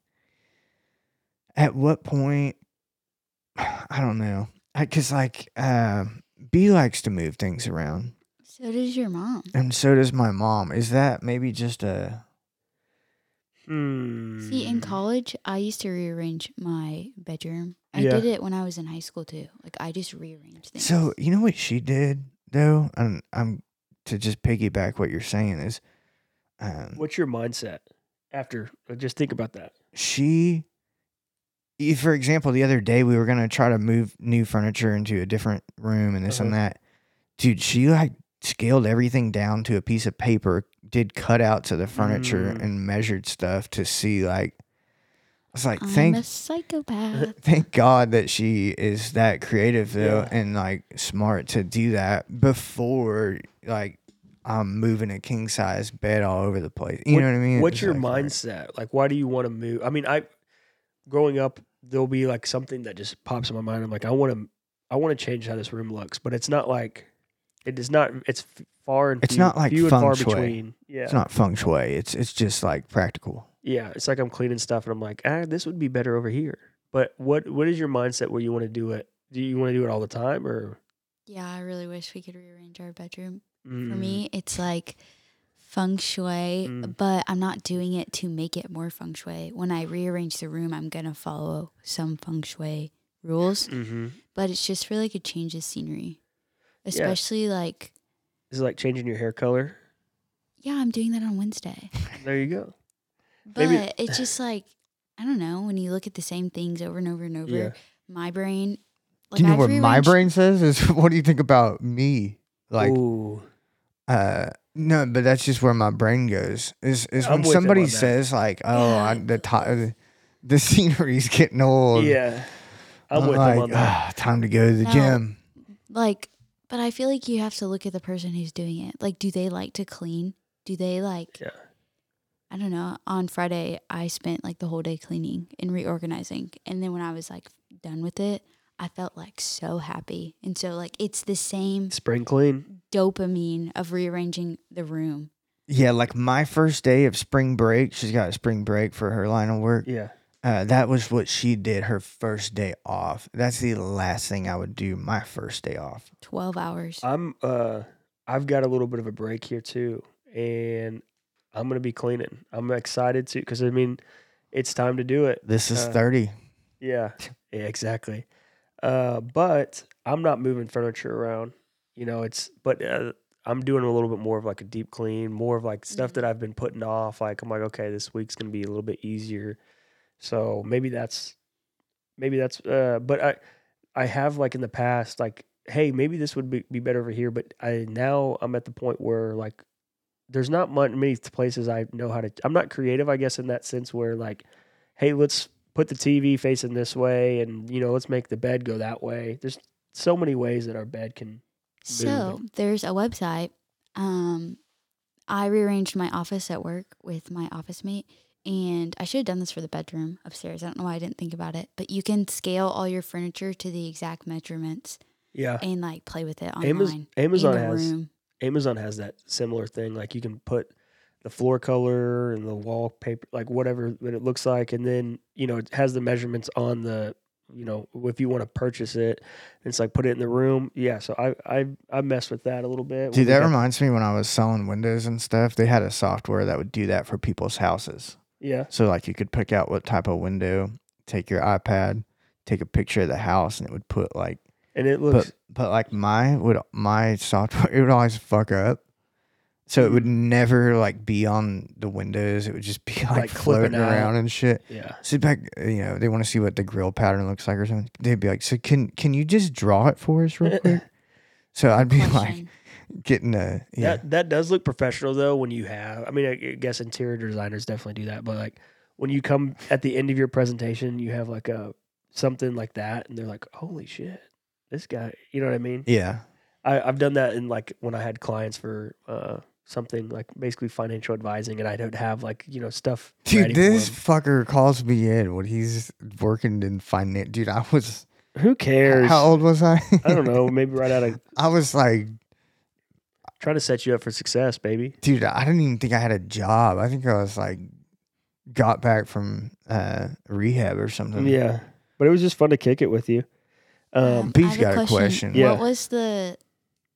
Speaker 1: at what point I don't know. I, Cuz like uh, B likes to move things around
Speaker 3: So does your mom.
Speaker 1: and so does my mom. Is that maybe just a
Speaker 2: Mm.
Speaker 3: See, in college, I used to rearrange my bedroom. I
Speaker 2: Yeah.
Speaker 3: did it when I was in high school too. Like I just rearranged things.
Speaker 1: So you know what she did though, and I'm to just piggyback what you're saying is, um,
Speaker 2: What's your mindset after? uh, Just think about that.
Speaker 1: she, if, for example, the other day we were gonna try to move new furniture into a different room and this and
Speaker 2: Uh-huh.
Speaker 1: that, dude, she like scaled everything down to a piece of paper, did cutouts of the furniture,
Speaker 2: Mm.
Speaker 1: and measured stuff to see like. I was like,
Speaker 3: I'm
Speaker 1: thank
Speaker 3: a psychopath.
Speaker 1: thank God that she is that creative though
Speaker 2: Yeah.
Speaker 1: and like smart to do that before like I'm moving a king size bed all over the place. You
Speaker 2: What-
Speaker 1: know what I mean?
Speaker 2: What's
Speaker 1: It's
Speaker 2: your
Speaker 1: like, all right.
Speaker 2: mindset? Like, why do you want to move? I mean, I growing up, there'll be like something that just pops in my mind. I'm like, I want to, I want to change how this room looks, but it's not like, it is not. It's f- far and
Speaker 1: It's
Speaker 2: few-
Speaker 1: not like
Speaker 2: few and
Speaker 1: feng
Speaker 2: far
Speaker 1: shui.
Speaker 2: between. Yeah,
Speaker 1: It's not feng shui. It's it's just like practical.
Speaker 2: yeah. It's like I'm cleaning stuff and I'm like, ah, this would be better over here. But what what is your mindset where you want to do it? Do you want to do it all the time or?
Speaker 3: yeah, I really wish we could rearrange our bedroom.
Speaker 2: Mm-hmm.
Speaker 3: For me, it's like feng shui,
Speaker 2: Mm.
Speaker 3: but I'm not doing it to make it more feng shui. When I rearrange the room, I'm going to follow some feng shui rules,
Speaker 2: Mm-hmm.
Speaker 3: but it's just for like a change of scenery. Especially like,
Speaker 2: Is it like changing your hair color?
Speaker 3: yeah, I'm doing that on Wednesday.
Speaker 2: There you go.
Speaker 3: But
Speaker 2: Maybe-
Speaker 3: it's just like, I don't know, when you look at the same things over and over and over,
Speaker 2: Yeah.
Speaker 3: my brain.
Speaker 1: do you know
Speaker 3: I've
Speaker 1: what my
Speaker 3: rearranged-
Speaker 1: brain says? Is what do you think about me? Like,
Speaker 2: Ooh.
Speaker 1: uh, no, but that's just where my brain goes. Is is
Speaker 2: I'm
Speaker 1: when
Speaker 2: with him
Speaker 1: somebody
Speaker 2: on that.
Speaker 1: says like, "Oh,
Speaker 3: Yeah.
Speaker 1: I, the ti the scenery's getting old."
Speaker 2: Yeah. I'm, with
Speaker 1: like,
Speaker 2: him on that.
Speaker 1: "Ah, time to go to the
Speaker 3: No.
Speaker 1: gym.
Speaker 3: like but i feel like you have to look at the person who's doing it like do they like to clean do they like
Speaker 2: Yeah.
Speaker 3: i don't know on friday i spent like the whole day cleaning and reorganizing and then when i was like done with it i felt like so happy and so like it's the same
Speaker 2: Spring clean.
Speaker 3: dopamine of rearranging the room
Speaker 1: Yeah, like my first day of spring break, she's got a spring break for her line of work.
Speaker 2: Yeah.
Speaker 1: Uh, that was what she did her first day off. That's the last thing I would do my first day off.
Speaker 3: 12 hours
Speaker 2: I'm uh I've got a little bit of a break here too and I'm going to be cleaning. I'm excited to cuz I mean it's time to do it.
Speaker 1: This is
Speaker 2: Uh,
Speaker 1: 30.
Speaker 2: Yeah, yeah exactly. Uh, but I'm not moving furniture around. You know, it's but uh, I'm doing a little bit more of like a deep clean, more of like stuff that I've been putting off. Like I'm like, okay, this week's gonna be a little bit easier. So maybe that's maybe that's. Uh, but I I have like in the past like, hey, maybe this would be, be better over here. But I now I'm at the point where like. There's not much, many places I know how to. I'm not creative, I guess, in that sense where like, hey, let's put the TV facing this way, and you know, let's make the bed go that way. There's so many ways that our bed can.
Speaker 3: So there's a website. Um, I rearranged my office at work with my office mate, and I should have done this for the bedroom upstairs. I don't know why I didn't think about it, but you can scale all your furniture to the exact measurements
Speaker 2: Yeah,
Speaker 3: and like play with it online.
Speaker 2: Amaz- Amazon
Speaker 3: in the
Speaker 2: has
Speaker 3: room.
Speaker 2: Amazon has that similar thing. Like you can put the floor color and the wallpaper, like whatever that it looks like, and then you know it has the measurements on the. You know, if you want to purchase it, it's like put it in the room. Yeah, so I I I mess with that a little bit.
Speaker 1: Dude,
Speaker 2: We
Speaker 1: that
Speaker 2: got-
Speaker 1: reminds me when I was selling windows and stuff, they had a software that would do that for people's houses.
Speaker 2: yeah,
Speaker 1: So, like, you could pick out what type of window, take your iPad, take a picture of the house, and it would put like,
Speaker 2: and it looks
Speaker 1: but, but like my would my software it would always fuck up, so it would never like be on the windows. It would just be like,
Speaker 2: Hmm. Like, clipping
Speaker 1: floating around
Speaker 2: out.
Speaker 1: and shit.
Speaker 2: yeah.
Speaker 1: So back, uh, you know, they want to see what the grill pattern looks like or something. They'd be like, "So can can you just draw it for us real quick?" so I'd be like
Speaker 3: Question.
Speaker 1: getting a yeah.
Speaker 2: That that does look professional though when you have. I mean, I guess interior designers definitely do that, but like when you come at the end of your presentation, you have like a something like that, and they're like, "Holy shit, this guy!" You know what I mean?
Speaker 1: yeah.
Speaker 2: I, I've done that in like when I had clients for uh, something like basically financial advising, and I don't have like you know stuff.
Speaker 1: Dude,
Speaker 2: ready for
Speaker 1: this
Speaker 2: 'em.
Speaker 1: fucker calls me in when he's working in finance. Dude, I was
Speaker 2: who cares?
Speaker 1: how old was I?
Speaker 2: I don't know. Maybe right out of
Speaker 1: I was like,
Speaker 2: trying to set you up for success, baby.
Speaker 1: dude, I didn't even think I had a job. I think I was like, got back from uh, rehab or something.
Speaker 2: Yeah, but it was just fun to kick it with you. Um,
Speaker 1: Pete's
Speaker 3: I have
Speaker 1: got a question.
Speaker 2: Yeah.
Speaker 3: What was the?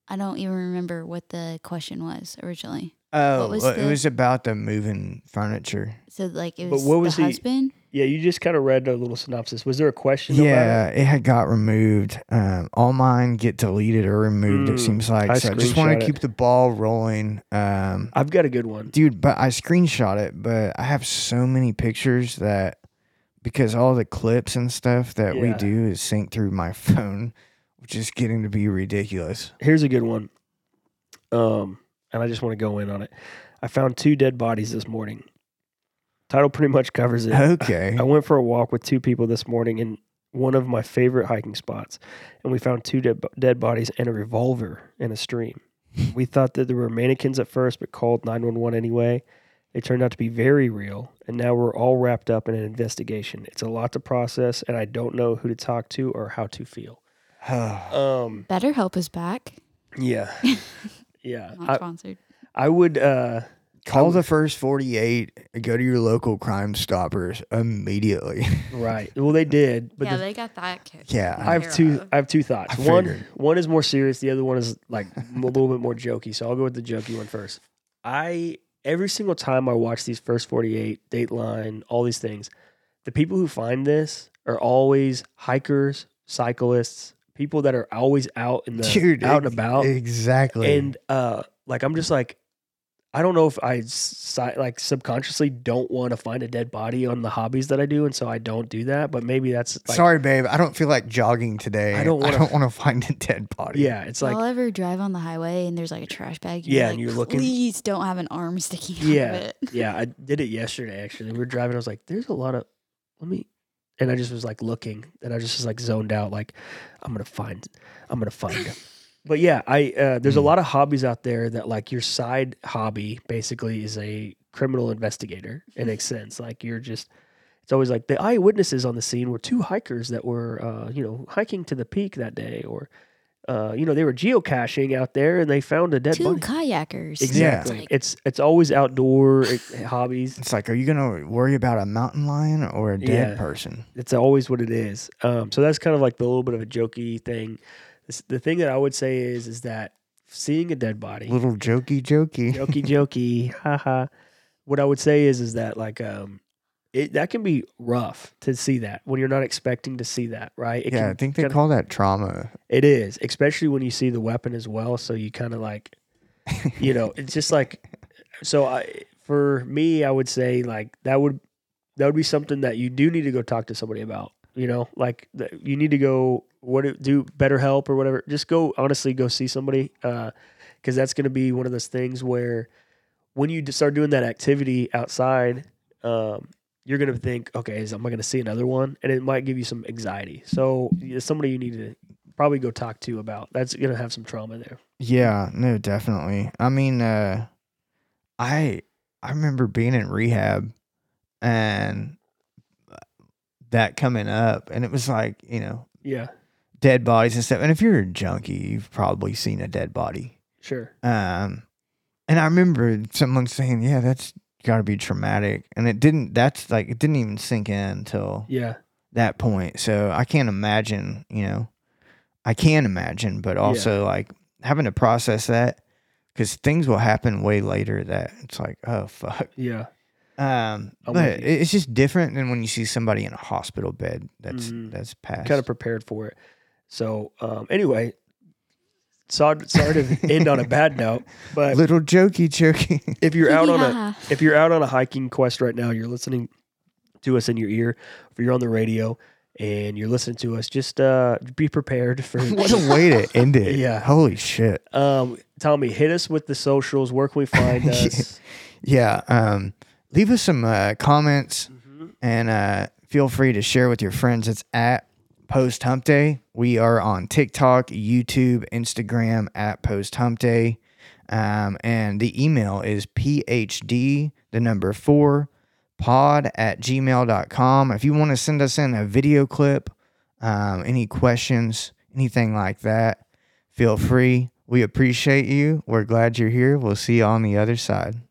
Speaker 3: I don't even remember what the question was originally.
Speaker 1: Oh,
Speaker 3: What was
Speaker 1: well, it
Speaker 3: the-
Speaker 1: was about the moving furniture.
Speaker 3: So like it
Speaker 2: But
Speaker 3: was,
Speaker 2: what was
Speaker 3: the
Speaker 2: he-
Speaker 3: husband.
Speaker 2: Yeah, you just kind of read a little synopsis. Was there a question?
Speaker 1: Yeah, it had got removed. Um, all mine get deleted or removed.
Speaker 2: Mm,
Speaker 1: it seems like
Speaker 2: I
Speaker 1: so. I just want
Speaker 2: screenshot
Speaker 1: to
Speaker 2: it.
Speaker 1: keep the ball rolling. Um,
Speaker 2: I've got a good one.
Speaker 1: dude, but I screenshot it. But I have so many pictures that because all the clips and stuff that we
Speaker 2: Yeah.
Speaker 1: do is synced through my phone, which is getting to be ridiculous.
Speaker 2: Here's a good one. Um, and I just want to go in on it. I found two dead bodies this morning. Title pretty much covers it.
Speaker 1: Okay,
Speaker 2: I went for a walk with two people this morning in one of my favorite hiking spots, and we found two dead, dead bodies and a revolver in a stream. We thought that there were mannequins at first, but called 911 anyway. They turned out to be very real, and now we're all wrapped up in an investigation. It's a lot to process, and I don't know who to talk to or how to feel. Um,
Speaker 3: Better help is back.
Speaker 2: yeah, yeah.
Speaker 3: Not
Speaker 2: I,
Speaker 3: sponsored.
Speaker 2: I would. Uh,
Speaker 1: Call
Speaker 2: would-
Speaker 1: the first 48. Go to your local crime stoppers immediately.
Speaker 2: Right. Well, they did, but
Speaker 3: yeah,
Speaker 2: the-
Speaker 3: they got that. ca-
Speaker 1: Yeah.
Speaker 3: taken
Speaker 2: I have
Speaker 3: care
Speaker 2: two.
Speaker 3: of.
Speaker 2: I have two thoughts.
Speaker 1: I
Speaker 2: One,
Speaker 1: figured.
Speaker 2: one is more serious. The other one is like a little bit more jokey. So I'll go with the jokey one first. I every single time I watch these first forty-eight, Dateline, all these things, the people who find this are always hikers, cyclists, people that are always out in the
Speaker 1: Dude,
Speaker 2: out
Speaker 1: ex-
Speaker 2: and about.
Speaker 1: Exactly.
Speaker 2: and uh like i'm just like i don't know if i si- like subconsciously don't want to find a dead body on the hobbies that i do and so i don't do that but maybe that's like,
Speaker 1: Sorry, babe. I don't feel like jogging today.
Speaker 2: I don't wanna-
Speaker 1: want to find a dead body.
Speaker 2: yeah it's like
Speaker 3: Y'all ever drive on the highway and there's like a trash bag?
Speaker 2: Yeah,
Speaker 3: like,
Speaker 2: and you're looking-
Speaker 3: Please don't have an arm sticking out
Speaker 2: Yeah.
Speaker 3: of it.
Speaker 2: yeah i did it yesterday actually we were driving i was like there's a lot of let me and i just was like looking and i just was like zoned out like i'm gonna find i'm gonna find him but yeah i uh, there's a
Speaker 1: Mm.
Speaker 2: lot of hobbies out there that like your side hobby basically is a criminal investigator in a sense like you're just it's always like the eyewitnesses on the scene were two hikers that were uh, you know hiking to the peak that day or uh, you know they were geocaching out there and they found a dead
Speaker 3: Two
Speaker 2: body
Speaker 3: kayakers.
Speaker 2: exactly
Speaker 3: Like,
Speaker 2: it's it's always outdoor eh, hobbies
Speaker 1: It's like, are you going to worry about a mountain lion or a dead
Speaker 2: Yeah.
Speaker 1: person?
Speaker 2: it's always what it is. Um, so that's kind of like the little bit of a jokey thing. This, the thing that I would say is is that seeing a dead body,
Speaker 1: Little jokey jokey.
Speaker 2: jokey jokey, haha. What I would say is is that like um, it that can be rough to see that when you're not expecting to see that, right? It
Speaker 1: yeah,
Speaker 2: can
Speaker 1: I think they
Speaker 2: kinda-
Speaker 1: call that trauma.
Speaker 2: it is, especially when you see the weapon as well. So you kind of like, you know, it's just like, so I, for me, I would say like that would, that would be something that you do need to go talk to somebody about, you know, like that you need to go, what it- do better help or whatever. Just go, honestly, go see somebody. Uh, cause that's going to be one of those things where when you d- start doing that activity outside, um, you're gonna think, okay, is, am I gonna see another one? And it might give you some anxiety. So it's somebody you need to probably go talk to about. That's gonna have some trauma there.
Speaker 1: Yeah, no, definitely. I mean, uh, I I remember being in rehab and uh, that coming up, and it was like you know
Speaker 2: Yeah,
Speaker 1: dead bodies and stuff. And if you're a junkie, you've probably seen a dead body.
Speaker 2: sure.
Speaker 1: Um, and I remember someone saying, "Yeah, that's got to be traumatic," and it didn't. That's like it didn't even sink in until
Speaker 2: Yeah,
Speaker 1: that point. So I can't imagine, you know, I can imagine, but also like having to process that because things will happen way later that it's like, oh fuck.
Speaker 2: yeah,
Speaker 1: Um,
Speaker 2: I'm
Speaker 1: but
Speaker 2: with
Speaker 1: it-
Speaker 2: you.
Speaker 1: it's just different than when you see somebody in a hospital bed that's
Speaker 2: Mhm.
Speaker 1: that's passed.
Speaker 2: kind of prepared for it. So um, anyway, sorry, sorry to end on a bad note, but
Speaker 1: Little jokey, jokey.
Speaker 2: if you're out on a
Speaker 3: Yeah.
Speaker 2: if you're out on a hiking quest right now, you're listening to us in your ear, or you're on the radio and you're listening to us, just uh, be prepared for
Speaker 1: what a way to end it.
Speaker 2: Yeah.
Speaker 1: Holy shit.
Speaker 2: Um, Tommy, hit us with the socials. Where can we find
Speaker 1: Yeah.
Speaker 2: us?
Speaker 1: Yeah. Um, leave us some uh, comments. And uh, feel free to share with your friends. It's at Post Hump Day. We are on TikTok, YouTube, Instagram at Post Hump Day. Um, and the email is PhD, the number four, pod at gmail.com. If you want to send us in a video clip, um, any questions, anything like that, feel free. We appreciate you. We're glad you're here. We'll see you on the other side.